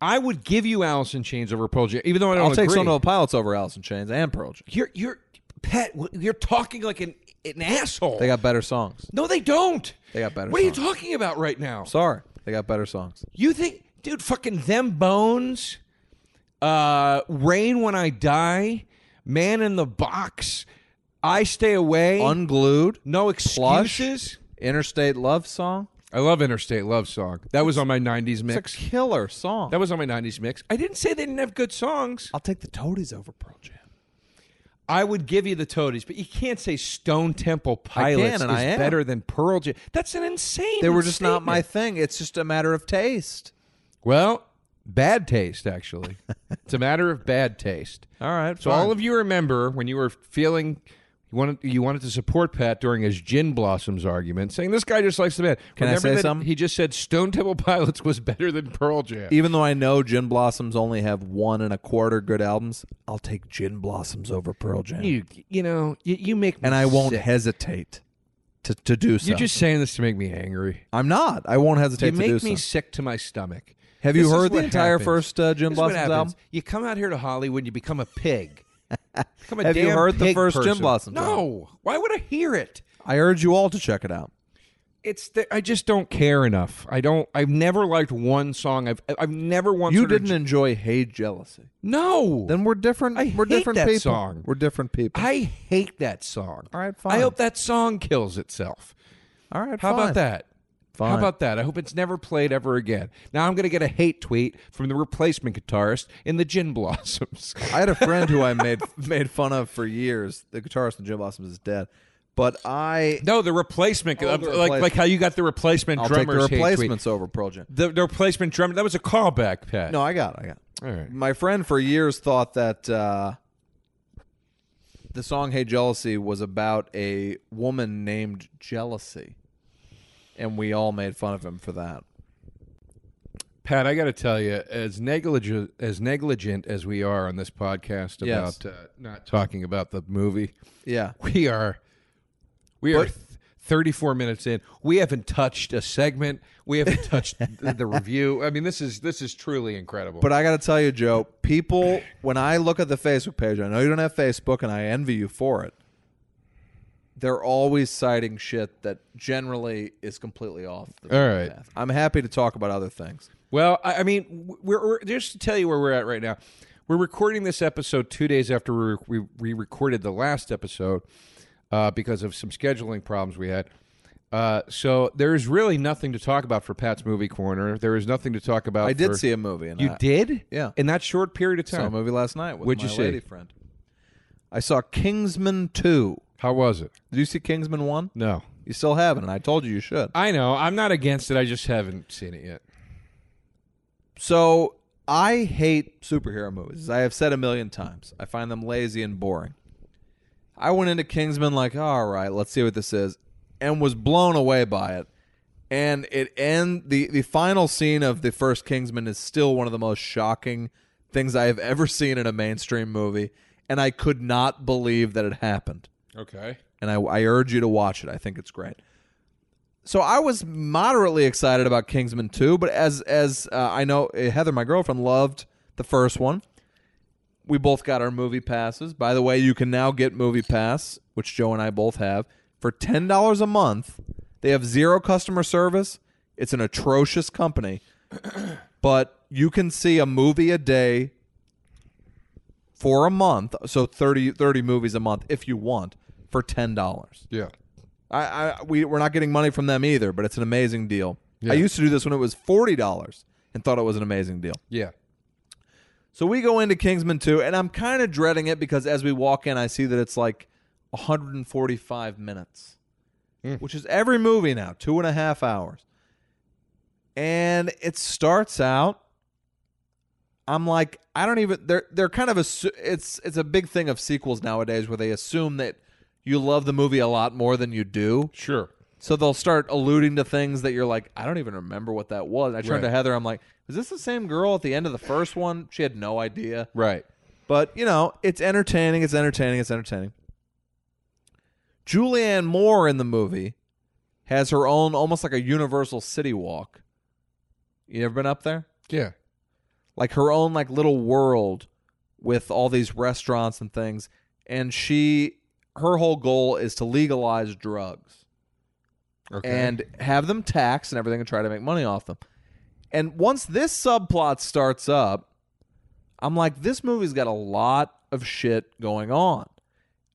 I would give you Allison Chains over Pearl Jam, even though I don't I'll take agree. Stone Temple Pilots over Alice in Chains and Pearl Jam. You're you're Pat. You're talking like an an asshole. They got better songs. no, they don't. They got better What are you songs. talking about right now? Sorry, they got better songs. You think, dude, fucking them bones, uh, rain when I die, man in the box, I stay away, Unglued, no Plush. excuses. Interstate Love song. I love Interstate Love song. That was on my '90s It's a mix. killer song. That was on my '90s mix. I didn't say they didn't have good songs. I'll take the Toadies over Pearl Jam. I would give you the Toadies, but you can't say Stone Temple can, Pilots and is I am. better than Pearl Jam. That's an insane. They were just not my statement. thing. It's just a matter of taste. well, bad taste actually. it's a matter of bad taste. All right. So all of you remember when you were feeling you wanted you wanted to support Pat during his gin blossoms argument, saying this guy just likes the band. Can I remember say that something? He just said Stone Temple Pilots was better than Pearl Jam. even though I know Gin Blossoms only have one and a quarter good albums, I'll take Gin Blossoms over Pearl Jam, You you know you, you make me and I won't sick. hesitate to to do so. You're just saying this to make me angry. I'm not. I won't hesitate You to make do me so. sick to my stomach. Have you This is heard the what entire happens. first, uh, Gin This is what Blossoms happens. album? You come out here to Hollywood, you become a pig. Become a Have you damn heard the pig first Gin person. Blossoms No. Why would I hear it? I urge you all to check it out. it's that I just don't care enough. I don't. I've never liked one song. I've I've never once. You heard a- didn't enjoy Hey Jealousy. No. Then we're different. I we're hate different that people. song. We're different people. I hate that song. All right, I fine. hope that song kills itself. all right. How fine. about that? How Fine. about that? I hope it's never played ever again. Now I'm going to get a hate tweet from the replacement guitarist in the Gin Blossoms. I had a friend who I made made fun of for years. The guitarist in Jim Blossoms is dead, but I no, the replacement, Oh, like the like replacement. how you got the replacement I'll take the drummers hate tweet. replacements over Pearl Jam. The, the replacement drummer. That was a callback, Pat. No, I got, it, I got. it. All right. My friend for years thought that uh, the song "Hey Jealousy" was about a woman named Jealousy, and we all made fun of him for that. Pat, I got to tell you, as negligent as negligent as we are on this podcast Yes. about uh, not talking about the movie, Yeah, we are we are th- 34 minutes in. We haven't touched a segment. We haven't touched the, the review. I mean, this is this is truly incredible. But I got to tell you, Joe, people, when I look at the Facebook page, I know you don't have Facebook and I envy you for it. They're always citing shit that generally is completely off. The All right. path. I'm happy to talk about other things. Well, I, I mean, w- we're, we're just to tell you where we're at right now. We're recording this episode two days after we, we, we recorded the last episode. uh, because of some scheduling problems we had. Uh, so there is really nothing to talk about for Pat's movie corner. There is nothing to talk about. I did for- see a movie. And You I did? Yeah. In that short period of saw a time. movie last night with What'd my you see? lady friend. I saw Kingsman two. How was it? Did you see Kingsman one? No. You still haven't, and I told you you should. I know. I'm not against it. I just haven't seen it yet. So I hate superhero movies. as I have said a million times. I find them lazy and boring. I went into Kingsman like, all right, let's see what this is, and was blown away by it. And it end the the final scene of the first Kingsman is still one of the most shocking things I have ever seen in a mainstream movie, and I could not believe that it happened Okay. and I, I urge you to watch it. I think it's great. So I was moderately excited about Kingsman 2, but as as uh, I know uh, Heather, my girlfriend, loved the first one. We both got our movie passes. By the way, you can now get movie pass, which Joe and I both have, for ten dollars a month. They have zero customer service. It's an atrocious company, but you can see a movie a day for a month, so 30, 30 movies a month if you want for ten dollars. Yeah. I, I we we're not getting money from them either, but it's an amazing deal. Yeah. I used to do this when it was forty dollars and thought it was an amazing deal. Yeah. So we go into Kingsman 2, and I'm kind of dreading it because as we walk in, I see that it's like 145 minutes, which is every movie now, two and a half hours. And it starts out. I'm like, I don't even. They're they're kind of a. It's it's a big thing of sequels nowadays where they assume that you love the movie a lot more than you do. Sure. So they'll start alluding to things that you're like, I don't even remember what that was. I turned to Right. Heather. I'm like, is this the same girl at the end of the first one? She had no idea. Right. But, you know, it's entertaining. It's entertaining. It's entertaining. Julianne Moore in the movie has her own, almost like a Universal City Walk. You ever been up there? Yeah. like her own like little world with all these restaurants and things and she her whole goal is to legalize drugs Okay. and have them taxed and everything and try to make money off them and once this subplot starts up i'm like this movie's got a lot of shit going on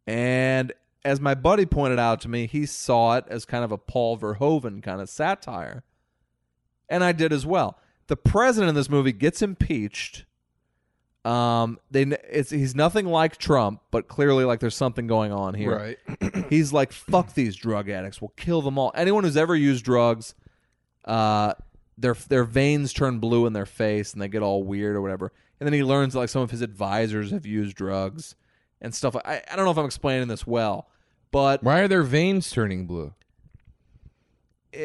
and as my buddy pointed out to me he saw it as kind of a paul verhoeven kind of satire and I did as well. The president in this movie gets impeached. Um, they it's he's nothing like Trump, but clearly like there's something going on here. Right. He's like, fuck these drug addicts. We'll kill them all. Anyone who's ever used drugs, uh, their their veins turn blue in their face and they get all weird or whatever. And then he learns like some of his advisors have used drugs and stuff. I, I don't know if I'm explaining this well, but Why are their veins turning blue? uh,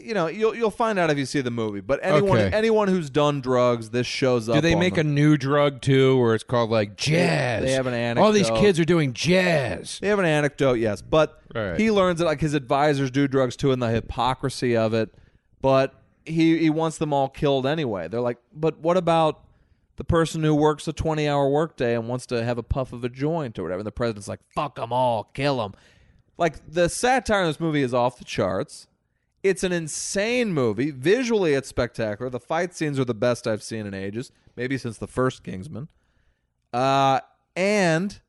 you know you'll you'll find out if you see the movie. But anyone Okay. anyone who's done drugs, this shows up. Do they on make them. a new drug too, or it's called like jazz? they have an All these anecdote. kids are doing jazz. They have an anecdote, yes, but Right. he learns that like his advisors do drugs too, and the hypocrisy of it. But he he wants them all killed anyway. They're like, but what about the person who works a twenty-hour workday and wants to have a puff of a joint or whatever? And the president's like, fuck them all, kill them. Like the satire in this movie is off the charts. It's an insane movie. Visually, it's spectacular. The fight scenes are the best I've seen in ages, maybe since the first Kingsman. Uh, and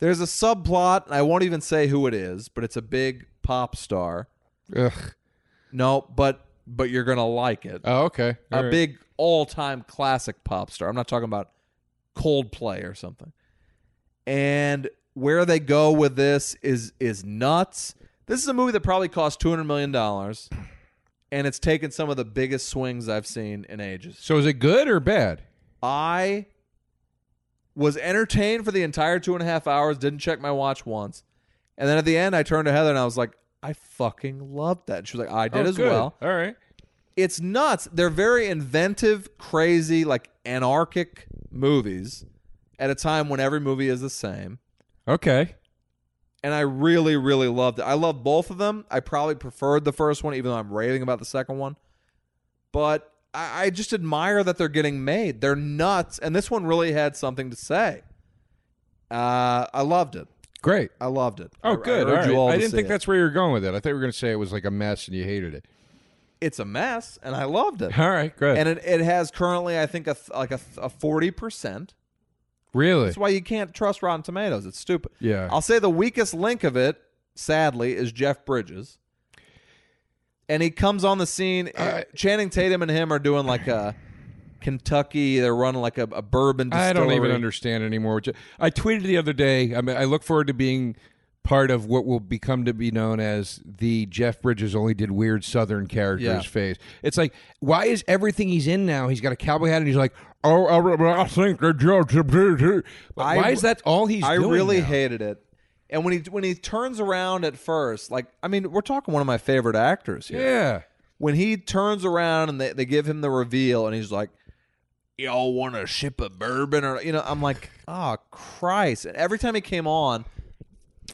there's a subplot, and I won't even say who it is, but it's a big pop star. Ugh. No, but but you're gonna like it. Oh, okay. a big all-time classic pop star. I'm not talking about Coldplay or something. And where they go with this is is nuts. This is a movie that probably cost 200 million dollars, and it's taken some of the biggest swings I've seen in ages. So is it good or bad? I was entertained for the entire two and a half hours, didn't check my watch once. And then at the end, I turned to Heather and I was like, I fucking loved that. And she was like, I did Oh, as good. well. All right. It's nuts. They're very inventive, crazy, like anarchic movies at a time when every movie is the same. Okay. And I really, really loved it. I love both of them. I probably preferred the first one, even though I'm raving about the second one. But I, I just admire that they're getting made. They're nuts. And this one really had something to say. Uh, I loved it. Great. I loved it. Oh, I- good. I, urge All you right. all I to didn't see think it. that's where you were going with it. I thought you were going to say it was like a mess and you hated it. It's a mess, and I loved it. All right. Good. and it, it has currently, I think, a th- like a, th- a 40%. Really? That's why you can't trust Rotten Tomatoes. It's stupid. Yeah. I'll say the weakest link of it, sadly, is Jeff Bridges. And he comes on the scene. I- Channing Tatum and him are doing like a Kentucky. They're running like a, a bourbon. Distillery. I don't even understand anymore. Which I tweeted the other day. I mean, I look forward to being part of what will become to be known as the Jeff Bridges only did weird Southern characters Yeah. phase. It's like, why is everything he's in now? He's got a cowboy hat and he's like, oh, I, I think the judge. Why I- is that all he's? I doing really now? hated it. And when he when he turns around at first, like I mean, we're talking one of my favorite actors here. Yeah. When he turns around and they, they give him the reveal, and he's like, "Y'all want a ship of bourbon?" Or you know, I'm like, "Oh Christ!" And every time he came on,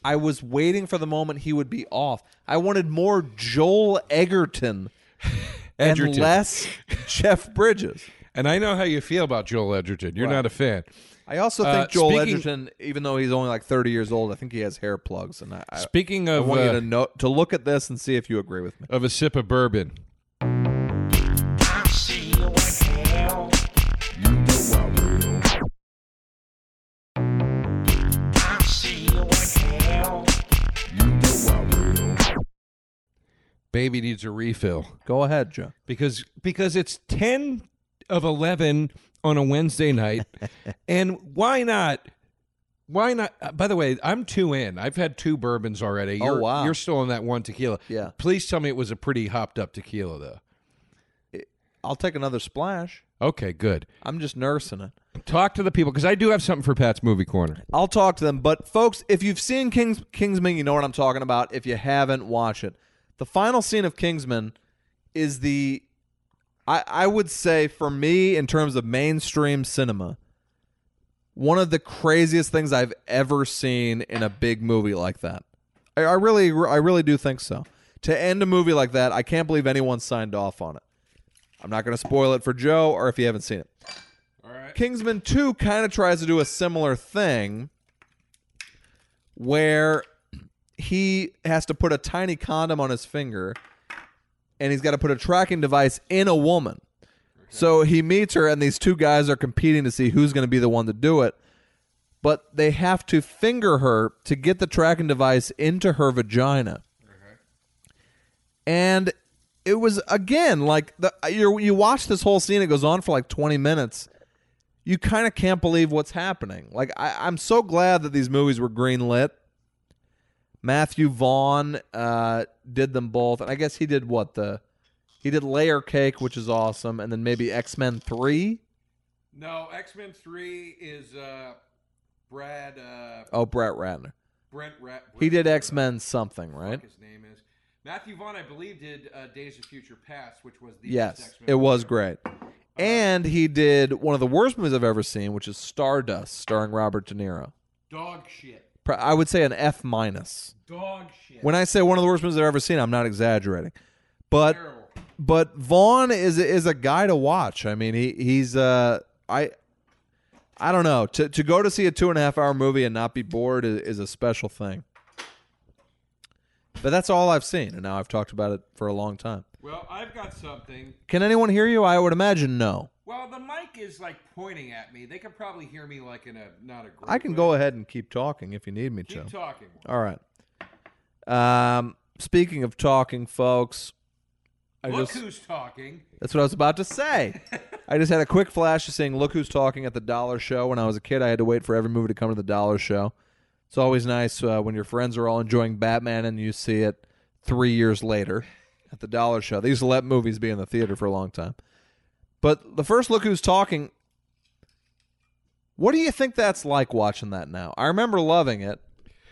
I was waiting for the moment he would be off. I wanted more Joel Egerton and Edgerton. less Jeff Bridges. And I know how you feel about Joel Edgerton. You're not a fan. I also Uh, think Joel speaking- Edgerton, even though he's only like 30 years old, I think he has hair plugs, and I, I, Speaking I of want you uh, to know to look at this and see if you agree with me. of a sip of bourbon. Baby needs a refill Go ahead, Joe. because because it's 10 of 11 on a Wednesday night and why not why not uh, by the way I'm two in I've had two bourbons already Oh, you're, wow. you're still on that one tequila Yeah. please tell me it was a pretty hopped up tequila though I'll take another splash. okay good I'm just nursing it. talk to the people because I do have something for Pat's movie corner I'll talk to them. But folks, if you've seen Kings Kingsman, you know what I'm talking about. If you haven't, watch it. The final scene of Kingsman is the I, I would say for me in terms of mainstream cinema, one of the craziest things I've ever seen in a big movie like that. I, I really I really do think so. To end a movie like that, I can't believe anyone signed off on it. I'm not going to spoil it for Joe or if you haven't seen it. Kingsman 2 kind of tries to do a similar thing where he has to put a tiny condom on his finger and he's got to put a tracking device in a woman. So he meets her, and these two guys are competing to see who's going to be the one to do it. But they have to finger her to get the tracking device into her vagina. And it was again like the you you watch this whole scene. It goes on for like twenty minutes. You kind of can't believe what's happening. Like I, I'm so glad that these movies were greenlit. Matthew Vaughn uh, did them both, and I guess he did what the he did Layer Cake, which is awesome, and then maybe X Men Three. no X Men three is uh Brad uh Oh, Brett Ratner. Brent Rat He did X Men something, right? his name is. Matthew Vaughn, I believe, did uh, Days of Future Past, which was the Yes, it was great. And he did one of the worst movies I've ever seen, which is Stardust, starring Robert De Niro. dog shit. Pro- I would say an F minus. Dog shit. When I say one of the worst movies I've ever seen, I'm not exaggerating. But but Vaughn is is a guy to watch. I mean, he he's uh I I don't know to to go to see a two and a half hour movie and not be bored is, is a special thing. But that's all I've seen, and now I've talked about it for a long time. Well, I've got something. Can anyone hear you? I would imagine no. Well, the mic is like pointing at me. They could probably hear me like in a not a group. I can but go ahead and keep talking if you need me to. Keep talking. All right. Um, speaking of talking, folks, I Look just who's talking. that's what I was about to say. I just had a quick flash of saying, "Look who's talking" at the Dollar Show. When I was a kid, I had to wait for every movie to come to the Dollar Show. It's always nice uh, when your friends are all enjoying Batman and you see it three years later at the Dollar Show. They used to let movies be in the theater for a long time. But the first Look Who's Talking, what do you think that's like watching that now? I remember loving it.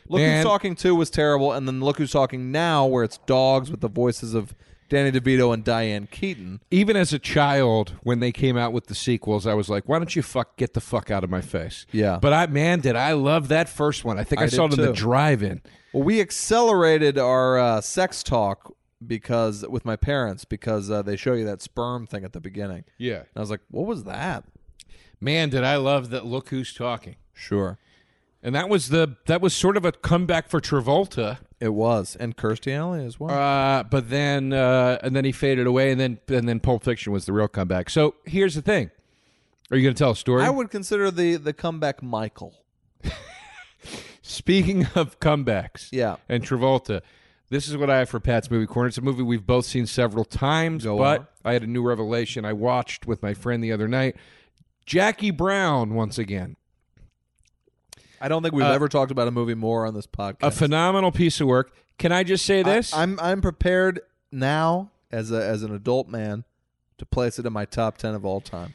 Look Man. Who's Talking 2 was terrible, and then Look Who's Talking Now, where it's dogs with the voices of Danny DeVito and Diane Keaton. Even as a child, when they came out with the sequels, I was like, "Why don't you fuck get the fuck out of my face?" Yeah. But I, man, did I love that first one. I think I, I saw it did in the too. drive-in. Well, we accelerated our uh, sex talk because with my parents because uh, they show you that sperm thing at the beginning. Yeah. And I was like, what was that? Man, did I love that look who's talking. Sure. And that was the that was sort of a comeback for Travolta. It was. And Kirstie Alley as well. Uh, but then uh, and then he faded away and then and then Pulp Fiction was the real comeback. So here's the thing. Are you going to tell a story? I would consider the the comeback Michael. Speaking of comebacks, Yeah. and Travolta, this is what I have for Pat's movie corner. It's a movie we've both seen several times, Go but on. I had a new revelation. I watched with my friend the other night. Jackie Brown once again. I don't think we've Uh, ever talked about a movie more on this podcast. A phenomenal piece of work. Can I just say this? I, am I'm prepared now as a as an adult man to place it in my top ten of all time.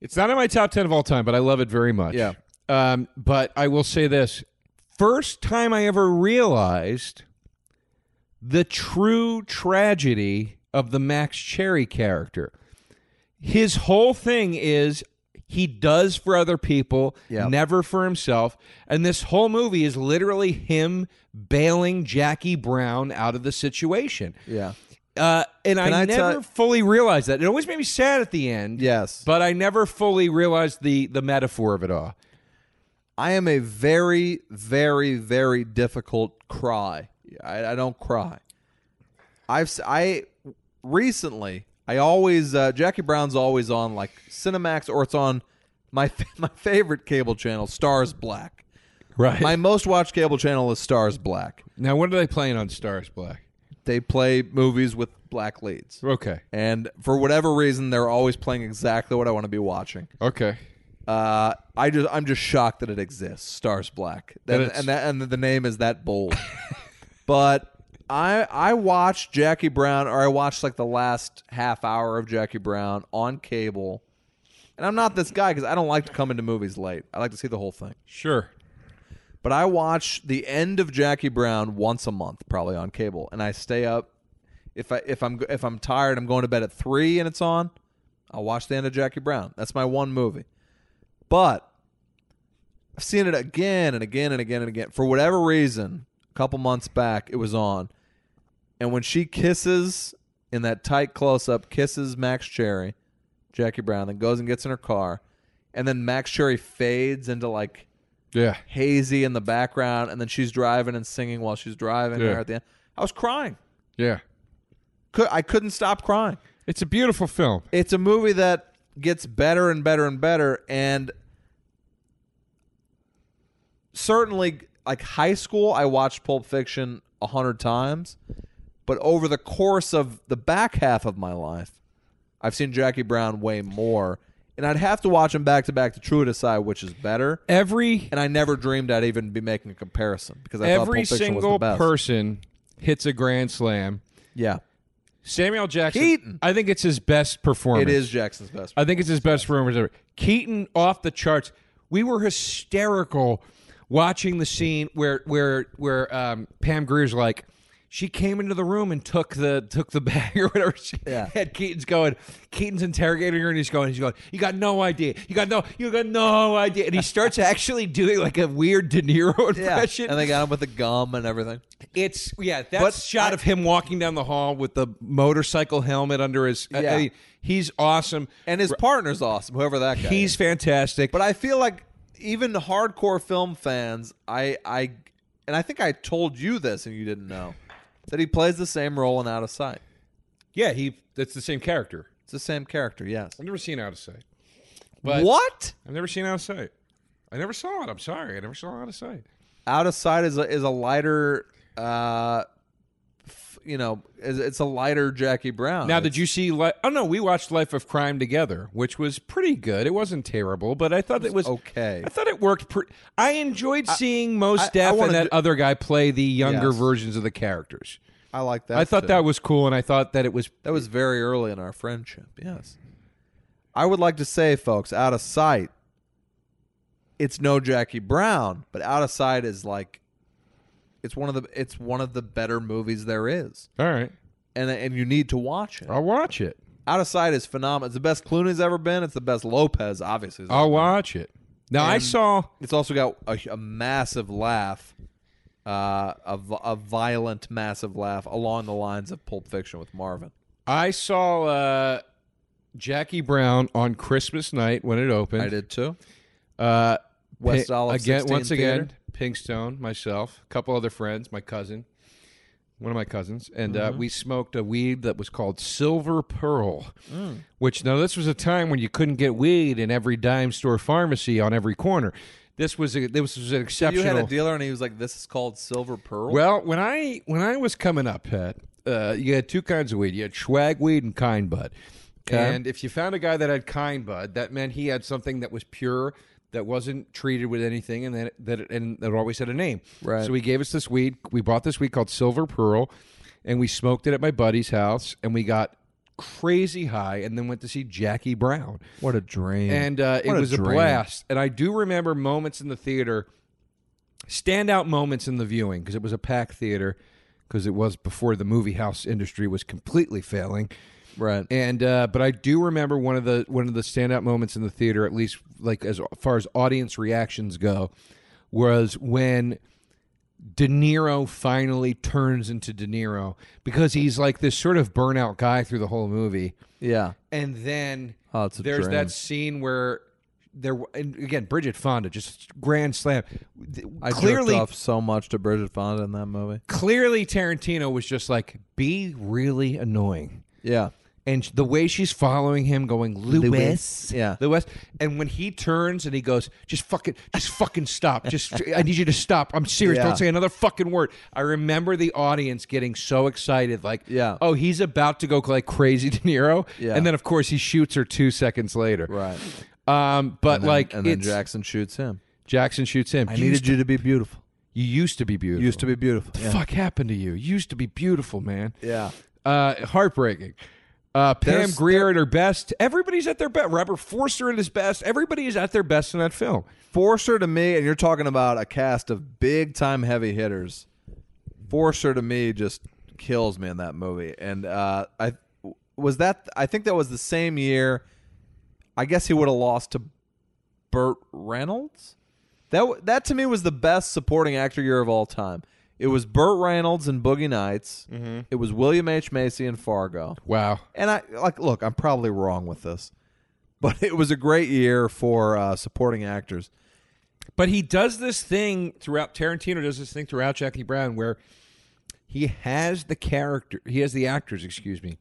It's not in my top 10 of all time, but I love it very much. Yeah. Um, but I will say this first time I ever realized the true tragedy of the Max Cherry character. His whole thing is he does for other people, Yeah. never for himself. And this whole movie is literally him bailing Jackie Brown out of the situation. Yeah. Uh, and Can I, I never tell- fully realized that. It always made me sad at the end. Yes. But I never fully realized the the metaphor of it all. I am a very, very, very difficult cry. I, I don't cry. I've s- I recently I always uh, Jackie Brown's always on like Cinemax or it's on my fa- my favorite cable channel Stars Black. Right. My most watched cable channel is Stars Black. now what are they playing on Stars Black? They play movies with black leads. Okay. And for whatever reason they're always playing exactly what I want to be watching. Okay. Uh, I just I'm just shocked that it exists. Stars Black, That and it's- and, that, and the name is that bold. but I I watched Jackie Brown, or I watched like the last half hour of Jackie Brown on cable, and I'm not this guy because I don't like to come into movies late. I like to see the whole thing. Sure. But I watch the end of Jackie Brown once a month, probably on cable, and I stay up. If I if I'm if I'm tired, I'm going to bed at three, and it's on. I'll watch the end of Jackie Brown. That's my one movie. But I've seen it again and again and again and again. For whatever reason, a couple months back, it was on, and when she kisses in that tight close up, kisses Max Cherry, Jackie Brown, then goes and gets in her car, and then Max Cherry fades into like Yeah. hazy in the background, and then she's driving and singing while she's driving Yeah. there at the end. I was crying. Yeah. Could, I couldn't stop crying. It's a beautiful film. It's a movie that gets better and better and better, and certainly like high school, I watched Pulp Fiction a hundred times, but over the course of the back half of my life, I've seen Jackie Brown way more. And I'd have to watch them back to back to truly decide which is better. Every and I never dreamed I'd even be making a comparison because I thought Pulp every Fiction was single the best. person hits a grand slam. yeah, Samuel Jackson. Keaton. I think it's his best performance. it is Jackson's best. I think it's his best performance ever. Keaton off the charts. We were hysterical watching the scene where where where um, Pam Greer's like, she came into the room and took the took the bag or whatever. She Yeah. had Keaton's going. Keaton's interrogating her and he's going. He's going. You got no idea. You got no. You got no idea. And he starts actually doing like a weird De Niro yeah, impression. and they got him with the gum and everything. It's yeah, that But shot of him walking down the hall with the motorcycle helmet under his. I- I Yeah. mean, he's awesome. And his partner's awesome, whoever that guy. He's is. fantastic. but I feel like even hardcore film fans, I, I, and I think I told you this and you didn't know that he plays the same role in Out of Sight. Yeah, he. That's the same character. It's the same character. Yes. I've never seen Out of Sight. But what? I've never seen Out of Sight. I never saw it. I'm sorry. I never saw Out of Sight. Out of Sight is a, is a lighter. uh f- you know, is- it's a lighter Jackie Brown. Now, did you see? Li- oh no, we watched Life of Crime together, which was pretty good. It wasn't terrible, but I thought it was, okay. I thought it worked. Pre- I enjoyed seeing I- I most Def wanna and that do- other guy play the younger Yes. versions of the characters. I like that. I thought too. that was cool, and I thought that it was That was very early in our friendship, yes. I would like to say, folks, out of sight, it's no Jackie Brown, but out of sight is like it's one of the it's one of the better movies there is. all right. And and you need to watch it. I'll watch it. Out of sight is phenomenal. It's the best Clooney's ever been. It's the best Lopez, obviously. has ever I'll been. watch it. Now I And- saw. It's also got a, a massive laugh, uh, a, v- a violent, massive laugh along the lines of Pulp Fiction with Marvin. I saw uh, Jackie Brown on Christmas night when it opened. I did too. Uh, West Pi- Olive again. 16 Once again, Theater. Pinkstone, myself, a couple other friends, my cousin. one of my cousins, and uh, we smoked a weed that was called Silver Pearl, which now this was a time when you couldn't get weed in every dime store pharmacy on every corner. This was a, this was an You exceptional. had a dealer, and he was like, "This is called Silver Pearl." Well, when I when I was coming up, Pat, uh, you had two kinds of weed. You had swag weed and kind bud. And if you found a guy that had kind bud, that meant he had something that was pure, that wasn't treated with anything, and that that and that always had a name. Right. So he gave us this weed. We bought this weed called Silver Pearl, and we smoked it at my buddy's house, and we got crazy high, and then went to see Jackie Brown What a dream. and uh, it What a was a, drain. blast. And I do remember moments in the theater, standout moments in the viewing, because it was a packed theater, because it was before the movie house industry was completely failing. right. And uh, but I do remember one of the one of the standout moments in the theater, at least like as far as audience reactions go, was when De Niro finally turns into De Niro because he's like this sort of burnout guy through the whole movie yeah. and then Oh, it's a there's dream. that scene where there and again Bridget Fonda just grand slam. Th- I jerked clearly, off so much to Bridget Fonda in that movie. clearly Tarantino was just like be really annoying, Yeah. and sh- the way she's following him, going Lewis, yeah. Lewis, and when he turns and he goes, just fucking, just fucking stop, just I need you to stop. I'm serious. Yeah. Don't say another fucking word. I remember the audience getting so excited, like, Yeah. oh, he's about to go like crazy, De Niro, Yeah. and then of course he shoots her two seconds later, Right. Um, but like and then it's- Jackson shoots him. Jackson shoots him. I needed you to be beautiful. You used to be beautiful. Used to be beautiful. The fuck happened to you? You used to be beautiful, man. Yeah. Uh, heartbreaking. Uh, Pam There's- Greer at her best. Everybody's at their best. Robert Forster at his best. Everybody is at their best in that film. Forster to me, and you're talking about a cast of big time heavy hitters. Forster to me just kills me in that movie. And uh, I was that I think that was the same year. I guess he would have lost to Burt Reynolds. That w- that to me was the best supporting actor year of all time. It was Burt Reynolds in Boogie Nights. It was William H Macy in Fargo. Wow. And I like look, I'm probably wrong with this, but it was a great year for uh, supporting actors. But he does this thing throughout. Tarantino does this thing throughout Jackie Brown where he has the character. He has the actors. Excuse me.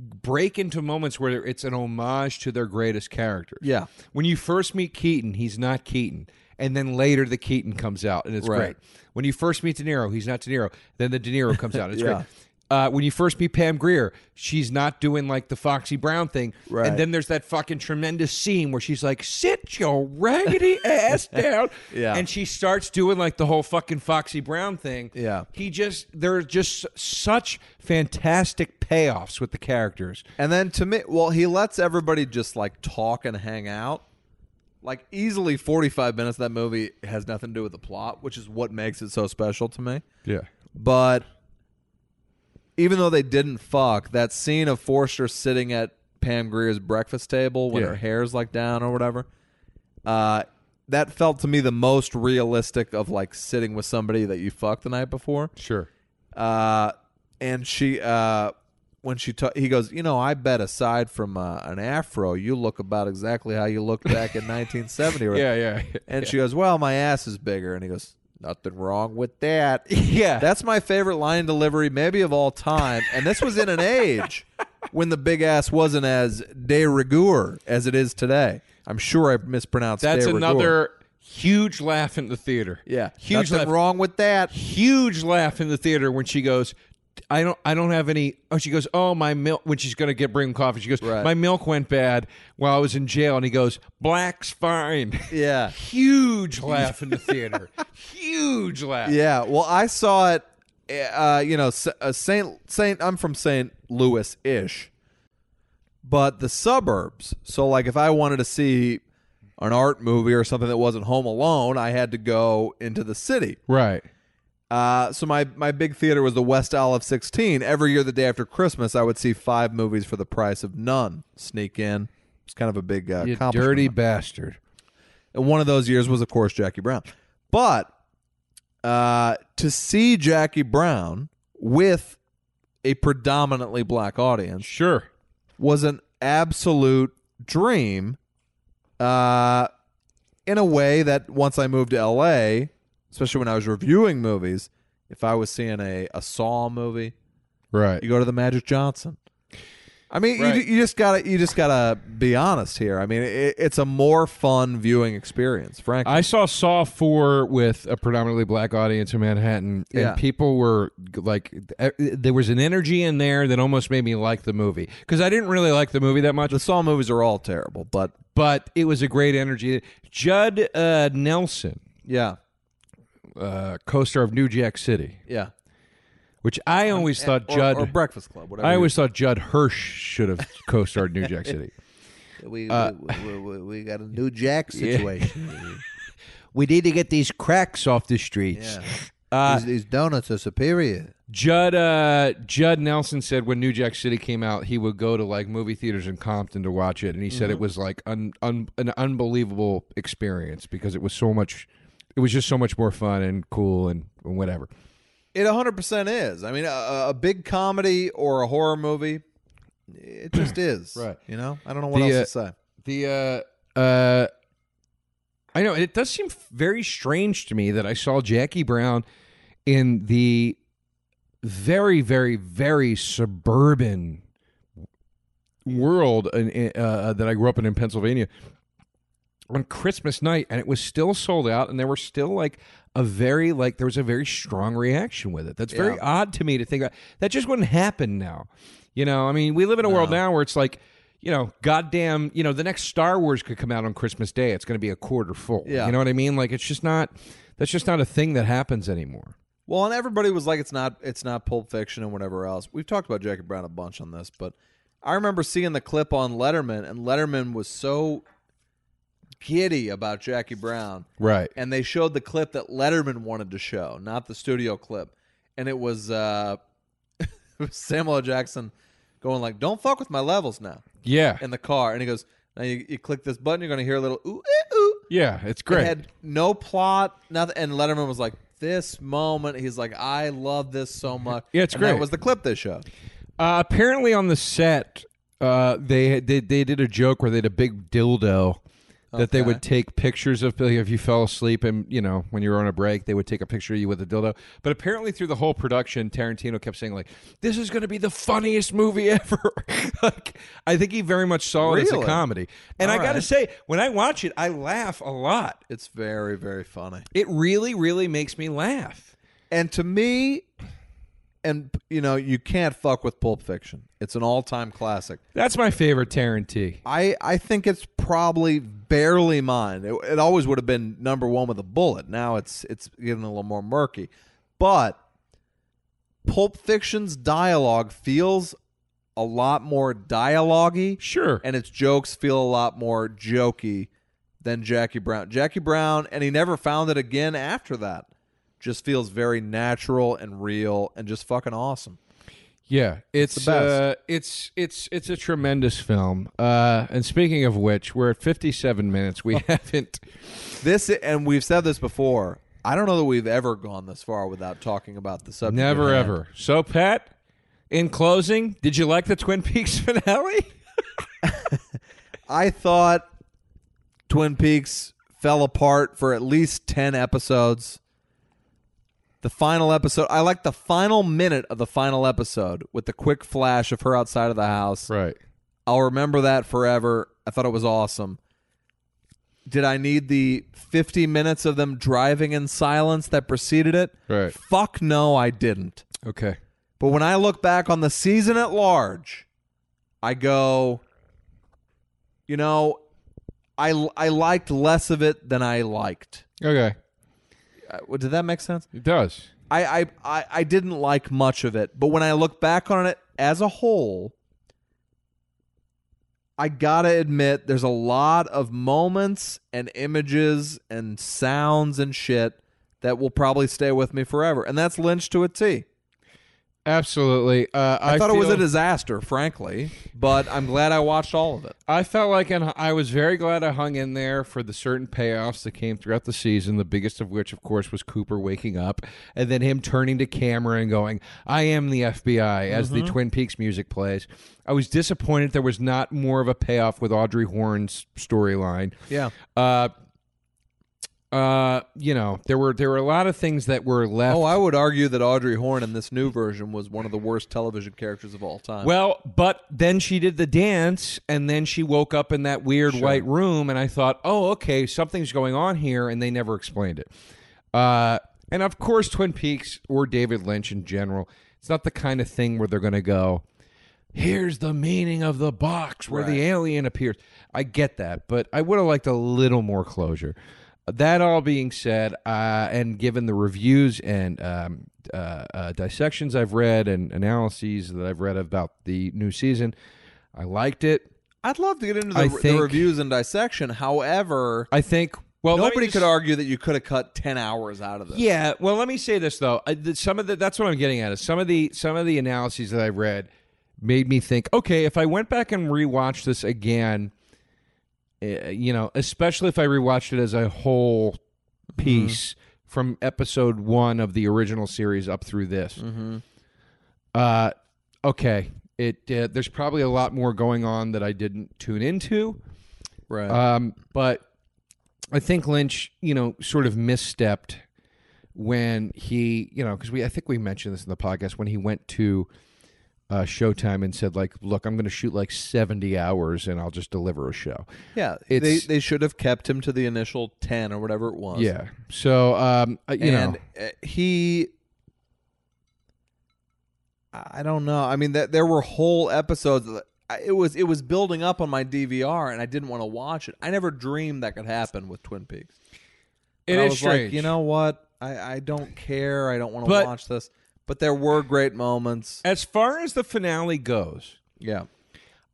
Break into moments where it's an homage to their greatest characters. Yeah. When you first meet Keaton, he's not Keaton. And then later the Keaton comes out and it's Right. great. When you first meet De Niro, he's not De Niro. Then the De Niro comes out. It's Yeah. great. Uh, when you first meet Pam Greer, she's not doing like the Foxy Brown thing. Right. And then there's that fucking tremendous scene where she's like, sit your raggedy ass down. Yeah. And she starts doing like the whole fucking Foxy Brown thing. Yeah. He just, there's just such fantastic payoffs with the characters. And then to me, well, he lets everybody just like talk and hang out. Like easily 45 minutes of that movie has nothing to do with the plot, which is what makes it so special to me. Yeah. But even though they didn't fuck, that scene of Forster sitting at Pam Greer's breakfast table when Yeah. her hair's like down or whatever, uh, that felt to me the most realistic of like sitting with somebody that you fucked the night before. Sure. Uh, and she, uh, when she, ta- he goes, you know, I bet aside from uh, an afro, you look about exactly how you looked back in 1970. or-" Yeah, yeah. And she goes, well, my ass is bigger. And he goes, nothing wrong with that. Yeah. That's my favorite line delivery, maybe of all time. And this was in an age when the big ass wasn't as de rigueur as it is today. I'm sure I mispronounced. That's de rigueur. another huge laugh in the theater. Yeah, huge nothing laugh. wrong with that. Huge laugh in the theater when she goes. I don't. I don't have any. Oh, she goes. Oh, my milk. When she's gonna get bring him coffee, she goes. Right. My milk went bad while I was in jail, and he goes. Black's fine. Yeah. Huge laugh in the theater. Huge laugh. Yeah, well, I saw it. Uh, you know, S- uh, Saint Saint. I'm from Saint Louis ish, but the suburbs. So, like, if I wanted to see an art movie or something that wasn't Home Alone, I had to go into the city. Right. Uh, so my my big theater was the West Olive 16. Every year, the day after Christmas, I would see five movies for the price of none. Sneak in. It's kind of a big uh, You accomplishment. dirty bastard. And one of those years was, of course, Jackie Brown. But uh, to see Jackie Brown with a predominantly black audience Sure. was an absolute dream. Uh, in a way that once I moved to LA, especially when I was reviewing movies, if I was seeing a, a Saw movie, Right. you go to the Magic Johnson. I mean, Right. you, you just gotta you just gotta be honest here. I mean, it, it's a more fun viewing experience, frankly. I saw Saw 4 with a predominantly black audience in Manhattan, and Yeah. people were like, eh, there was an energy in there that almost made me like the movie. Because I didn't really like the movie that much, the Saw movies are all terrible, but but it was a great energy. Judd uh, Nelson, yeah, uh, co star of New Jack City, yeah. which I always thought or, Judd. or Breakfast Club, whatever. I you- always thought Judd Hirsch should have co starred New Jack City. We, uh, we, we, we got a new Jack situation. We need to get these cracks off the streets. Uh, these, these donuts are superior. Judd uh, Judd Nelson said when New Jack City came out, he would go to like movie theaters in Compton to watch it, and he said it was like un, un, an unbelievable experience because it was so much, it was just so much more fun and cool and, and whatever. It 100% is. I mean, a, a big comedy or a horror movie, it just is. Right. You know? I don't know what The, else uh, to say. The uh, uh, I know it does seem f- very strange to me that I saw Jackie Brown in the very, very, very suburban world in, in- uh, that I grew up in in Pennsylvania on Christmas night, and it was still sold out, and there were still like a very like there was a very strong reaction with it. That's very odd to me to think about. That just wouldn't happen now. You know, I mean, we live in a world now where it's like. You know, goddamn, you know, the next Star Wars could come out on Christmas Day. It's going to be a quarter full. Yeah. You know what I mean? Like, it's just not, that's just not a thing that happens anymore. Well, and everybody was like, it's not it's not Pulp Fiction and whatever else. We've talked about Jackie Brown a bunch on this, but I remember seeing the clip on Letterman, and Letterman was so giddy about Jackie Brown. Right. And they showed the clip that Letterman wanted to show, not the studio clip. And it was uh, Samuel L. Jackson going like, don't fuck with my levels now. Yeah. in the car, and he goes, "Now you, you click this button, you're gonna hear a little ooh eh, ooh." Yeah. It's It great. had no plot, nothing. And Letterman was like, "This moment," he's like, "I love this so much." Yeah, it's and That great. was the clip they showed. Uh, apparently on the set, uh, they, they they did a joke where they had a big dildo that they would take pictures of like, if you fell asleep and you know when you were on a break they would take a picture of you with a dildo. But apparently through the whole production, Tarantino kept saying like, "This is going to be the funniest movie ever." like I think he very much saw it as a Really? comedy. And I got to say, when I watch it, I laugh a lot. It's very very funny. It really really makes me laugh. And to me, and you know, you can't fuck with Pulp Fiction. It's an all time classic. That's my favorite Tarantino. I I think it's probably barely mine. It, it always would have been number one with a bullet. Now it's it's getting a little more murky, but Pulp Fiction's dialogue feels a lot more dialogue-y, Sure. and its jokes feel a lot more jokey than Jackie Brown. Jackie Brown, and he never found it again after that. Just feels very natural and real, and just fucking awesome. Yeah, it's the best. Uh, it's it's it's a tremendous film. Uh, and speaking of which, we're at fifty-seven minutes. Oh. We haven't. This, and we've said this before. I don't know that we've ever gone this far without talking about the subject. at Never hand. ever. So, Pat, in closing, did you like the Twin Peaks finale? I thought Twin Peaks fell apart for at least 10 episodes. The final episode, I like the final minute of the final episode with the quick flash of her outside of the house. Right. I'll remember that forever. I thought it was awesome. Did I need the 50 minutes of them driving in silence that preceded it? Right. Fuck no, I didn't. Okay. But when I look back on the season at large, I go, you know, I I liked less of it than I liked. Okay. Uh, well, did that make sense? It does. I, I I I didn't like much of it, but when I look back on it as a whole, I gotta admit there's a lot of moments and images and sounds and shit that will probably stay with me forever, and that's Lynch to a T. Absolutely. Uh, I, thought it was feel- a disaster, frankly, but I'm glad I watched all of it. I felt like an, I was very glad I hung in there for the certain payoffs that came throughout the season. The biggest of which, of course, was Cooper waking up and then him turning to camera and going, "I am the FBI." As the Twin Peaks music plays, I was disappointed there was not more of a payoff with Audrey Horne's storyline. Yeah. Uh, uh, you know, there were there were a lot of things that were left. Oh, I would argue that Audrey Horne in this new version was one of the worst television characters of all time. Well, but then she did the dance, and then she woke up in that weird white room, and I thought, oh, okay, something's going on here, and they never explained it. Uh, and of course, Twin Peaks or David Lynch in general, it's not the kind of thing where they're going to go, here's the meaning of the box where the alien appears. I get that, but I would have liked a little more closure. That all being said, uh, and given the reviews and um, uh, uh, dissections I've read and analyses that I've read about the new season, I liked it. I'd love to get into the, I the think- reviews and dissection. However, I think. Well, let me nobody just- could argue that you could have cut ten hours out of this. Yeah, well, let me say this though. I, th- some of the that's what I'm getting at is some of the some of the analyses that I read made me think. Okay, if I went back and rewatched this again, eh, you know, especially if I rewatched it as a whole piece from episode one of the original series up through this. Uh, okay, it uh, there's probably a lot more going on that I didn't tune into. Right. Um, but I think Lynch, you know, sort of misstepped when he, you know, because we, I think we mentioned this in the podcast when he went to uh, Showtime and said, like, look, I'm going to shoot like 70 hours and I'll just deliver a show. yeah. They it's- they should have kept him to the initial ten or whatever it was. Yeah. So, um, uh, you and know, uh, he i don't know i mean that there were whole episodes that I- it was it was building up on my dvr and i didn't want to watch it i never dreamed that could happen with twin peaks it And I is was strange. like you know what i i don't care i don't want to But- watch this but there were great moments as far as the finale goes, yeah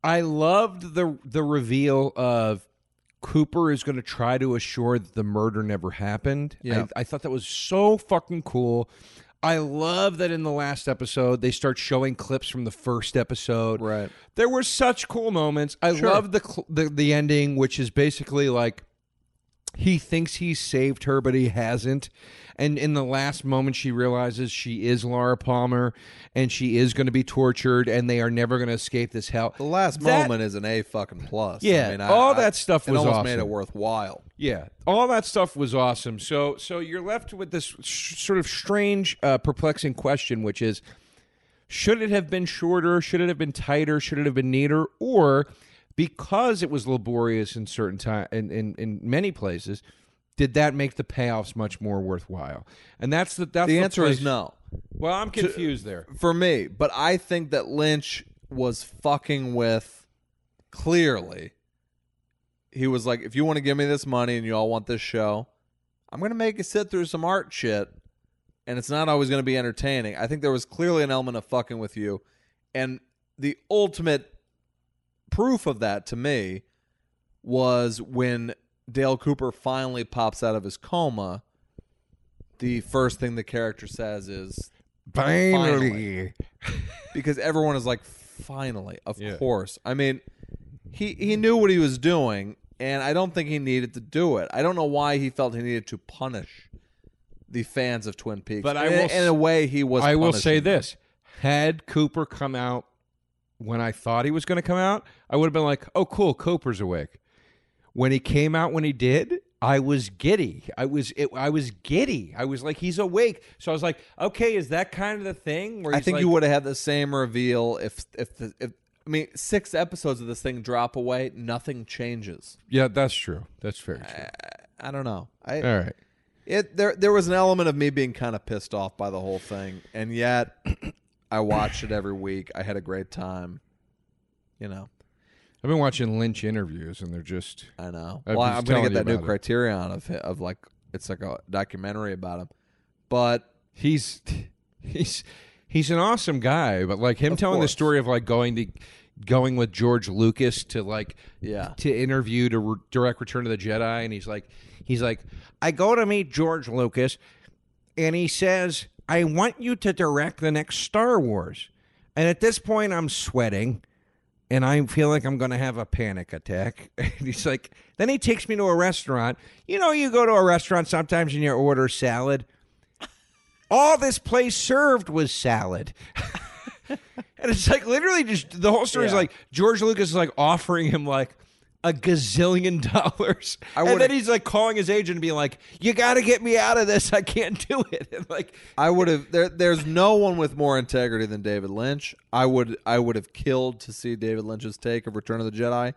I loved the the reveal of Cooper is going to try to assure that the murder never happened. Yeah. I, I thought that was so fucking cool. I love that in the last episode they start showing clips from the first episode. Right. There were such cool moments. I love the, cl- the the ending, which is basically like he thinks he saved her, but he hasn't. And in the last moment, she realizes she is Laura Palmer, and she is going to be tortured, and they are never going to escape this hell. the last That- moment is an a fucking plus Yeah, I mean, I- all I- that stuff it was almost awesome. made it worthwhile Yeah, all that stuff was awesome. So, so you're left with this sh- sort of strange, uh, perplexing question, which is: Should it have been shorter? Should it have been tighter? Should it have been neater? Or because it was laborious in certain time, in, in in many places, did that make the payoffs much more worthwhile? And that's the that's the answer is place- no Well, I'm confused there. for me, but I think that Lynch was fucking with clearly. He was like, if you want to give me this money and you all want this show, I'm going to make you sit through some art shit and it's not always going to be entertaining. I think there was clearly an element of fucking with you. And the ultimate proof of that to me was when Dale Cooper finally pops out of his coma. The first thing the character says is, Finally. because everyone is like, finally, of course. I mean, he he knew what he was doing, and I don't think he needed to do it. I don't know why he felt he needed to punish the fans of Twin Peaks. But I in, will in a way, he was. I will say punishing them. this: Had Cooper come out when I thought he was going to come out, I would have been like, "Oh, cool, Cooper's awake." When he came out, when he did, I was giddy. I was, it, I was giddy. I was like, "He's awake." So I was like, "Okay, is that kind of the thing?" Where I he's think like- you would have had the same reveal if if the, if I mean six episodes of this thing drop away, nothing changes. Yeah, that's true. That's very Uh, true. I don't know. I All right. it there there was an element of me being kind of pissed off by the whole thing, and yet I watched it every week. I had a great time. You know, I've been watching Lynch interviews, and they're just I know. I well, was I'm gonna telling get you that new about it. Criterion of hi- of like it's like a documentary about him, but he's he's he's an awesome guy but like him Of telling course. the story of like going to going with george lucas to like Yeah. to interview to re- direct return of the jedi and he's like he's like i go to meet george lucas and he says i want you to direct the next star wars and at this point i'm sweating and I feel like I'm going to have a panic attack. And he's like, then he takes me to a restaurant. You know, you go to a restaurant sometimes and you order salad. All this place served was salad. and it's like literally just the whole story is like George Lucas is like offering him like a gazillion dollars. and would've- then he's like calling his agent and being like, "You got to get me out of this. I can't do it." And like, I would have there there's no one with more integrity than David Lynch. I would I would have killed to see David Lynch's take of Return of the Jedi.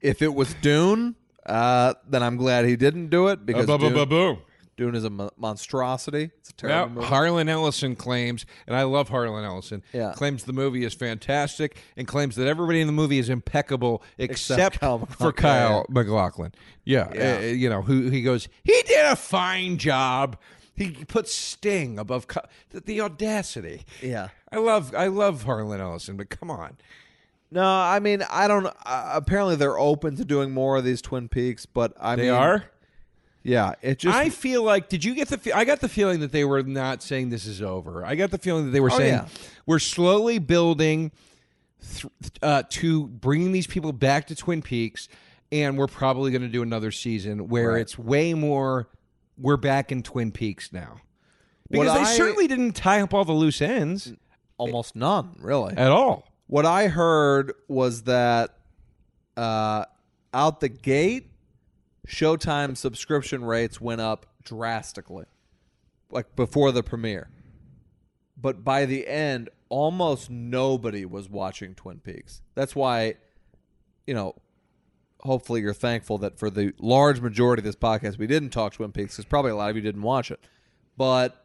If it was Dune, uh, then I'm glad he didn't do it because Uh, Dune, boom. Dune is a mon- monstrosity. It's a terrible Now, movie. Harlan Ellison claims, and I love Harlan Ellison, Yeah. claims the movie is fantastic and claims that everybody in the movie is impeccable except, Kyle for MacLachlan. Kyle McLaughlin. Yeah, uh, you know, who he goes, he did a fine job. He puts Sting above Ky- the, the audacity. Yeah. I love I love Harlan Ellison, but come on. No, I mean I don't. Uh, apparently they're open to doing more of these Twin Peaks, but I mean Yeah, it just I feel like did you get the fe- I got the feeling that they were not saying this is over. I got the feeling that they were saying Oh, yeah. we're slowly building th- uh, to bringing these people back to Twin Peaks, and we're probably going to do another season where it's way more. We're back in Twin Peaks now because What they I- certainly didn't tie up all the loose ends almost none really. at all. What I heard was that uh, out the gate, Showtime subscription rates went up drastically, like before the premiere. But by the end, almost nobody was watching Twin Peaks. That's why, you know, hopefully you're thankful that for the large majority of this podcast, we didn't talk Twin Peaks because probably a lot of you didn't watch it. But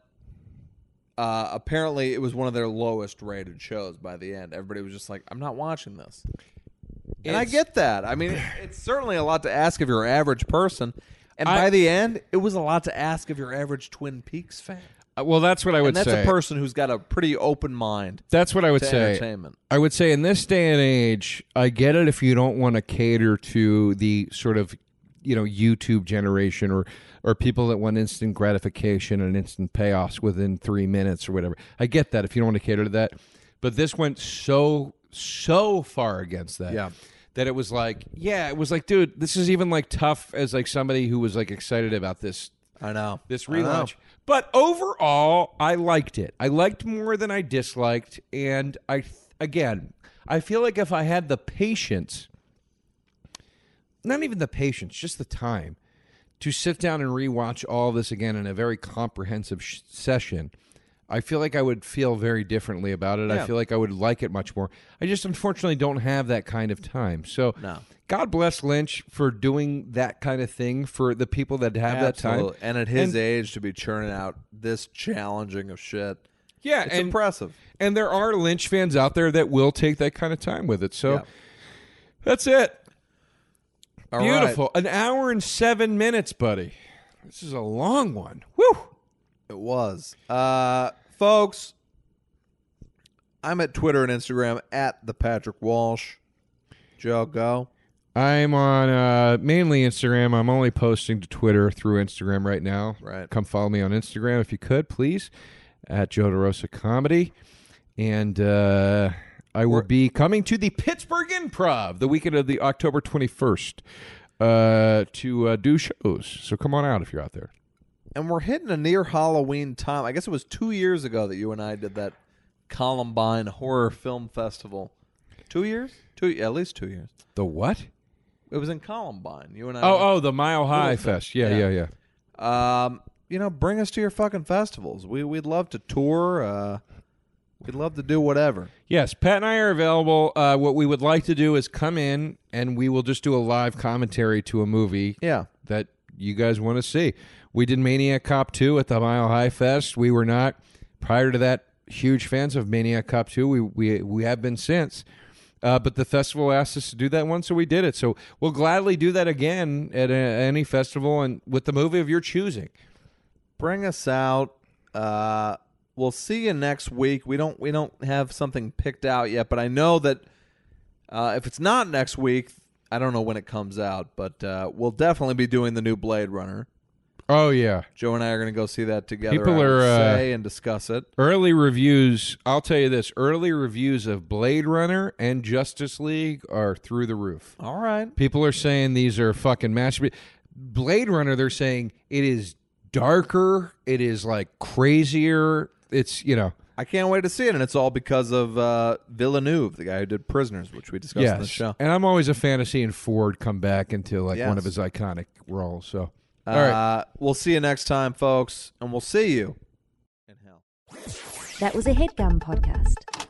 uh, apparently, it was one of their lowest rated shows by the end. Everybody was just like, I'm not watching this. and I It's- get that. I mean, it's certainly a lot to ask of your average person. And I- by the end, it was a lot to ask of your average Twin Peaks fan. Uh, Well, that's what I would And that's say. a person who's got a pretty open mind that's what I would to say. entertainment. I would say in this day and age, I get it if you don't want to cater to the sort of you know YouTube generation or or people that want instant gratification and instant payoffs within three minutes or whatever. I get that if you don't want to cater to that, but this went so so far against that. Yeah. That it was like, yeah, it was like, dude, this is even like tough as like somebody who was like excited about this I know. this relaunch. But overall, I liked it. I liked more than I disliked, and I th- again, I feel like if I had the patience, not even the patience, just the time to sit down and rewatch all this again in a very comprehensive sh- session. I feel like I would feel very differently about it. I feel like I would like it much more. I just unfortunately don't have that kind of time. So, God bless Lynch for doing that kind of thing for the people that have that Absolutely. time. And at his And- age to be churning out this challenging of shit. Yeah, It's and impressive. and there are Lynch fans out there that will take that kind of time with it. So that's it. All right. Beautiful. An hour and seven minutes, buddy. This is a long one. Woo. It was. Uh folks, I'm at Twitter and Instagram at the Patrick Walsh. Joe go. I'm on uh, mainly Instagram. I'm only posting to Twitter through Instagram right now. Right. Come follow me on Instagram if you could, please, at Joe DeRosa Comedy. And uh, I will be coming to the Pittsburgh Improv the weekend of the October 21st uh, to uh, do shows. So come on out if you're out there. And we're hitting a near Halloween time. I guess it was two years ago that you and I did that Columbine Horror Film Festival. Two years? Two yeah, at least two years. The what? It was in Columbine. You and I Oh, oh, the Mile High Fest. Yeah, yeah, yeah. Um, you know, bring us to your fucking festivals. We we'd love to tour. Uh, we'd love to do whatever. Yes, Pat and I are available. Uh, what we would like to do is come in and we will just do a live commentary to a movie Yeah. that you guys want to see. We did Maniac Cop 2 at the Mile High Fest. We were not, prior to that, huge fans of Maniac Cop 2. We, we, we have been since. Uh, but the festival asked us to do that one, so we did it. So we'll gladly do that again at a, any festival and with the movie of your choosing. Bring us out. Uh, we'll see you next week. We don't we don't have something picked out yet, but I know that uh, if it's not next week, I don't know when it comes out, but uh, we'll definitely be doing the new Blade Runner. Oh, yeah. Joe and I are going to go see that together. People I would are, uh, say and discuss it. early reviews i'll tell you this early reviews of blade runner and justice league are through the roof All right. people are saying these are fucking masterpieces blade runner they're saying it is darker it is like crazier it's you know I can't wait to see it, and it's all because of uh, Villeneuve, the guy who did Prisoners, which we discussed on the show. And I'm always a fan of seeing Ford come back into like one of Yes. his iconic roles. So Uh, all right. We'll see you next time, folks, and we'll see you in hell. That was a headgum podcast.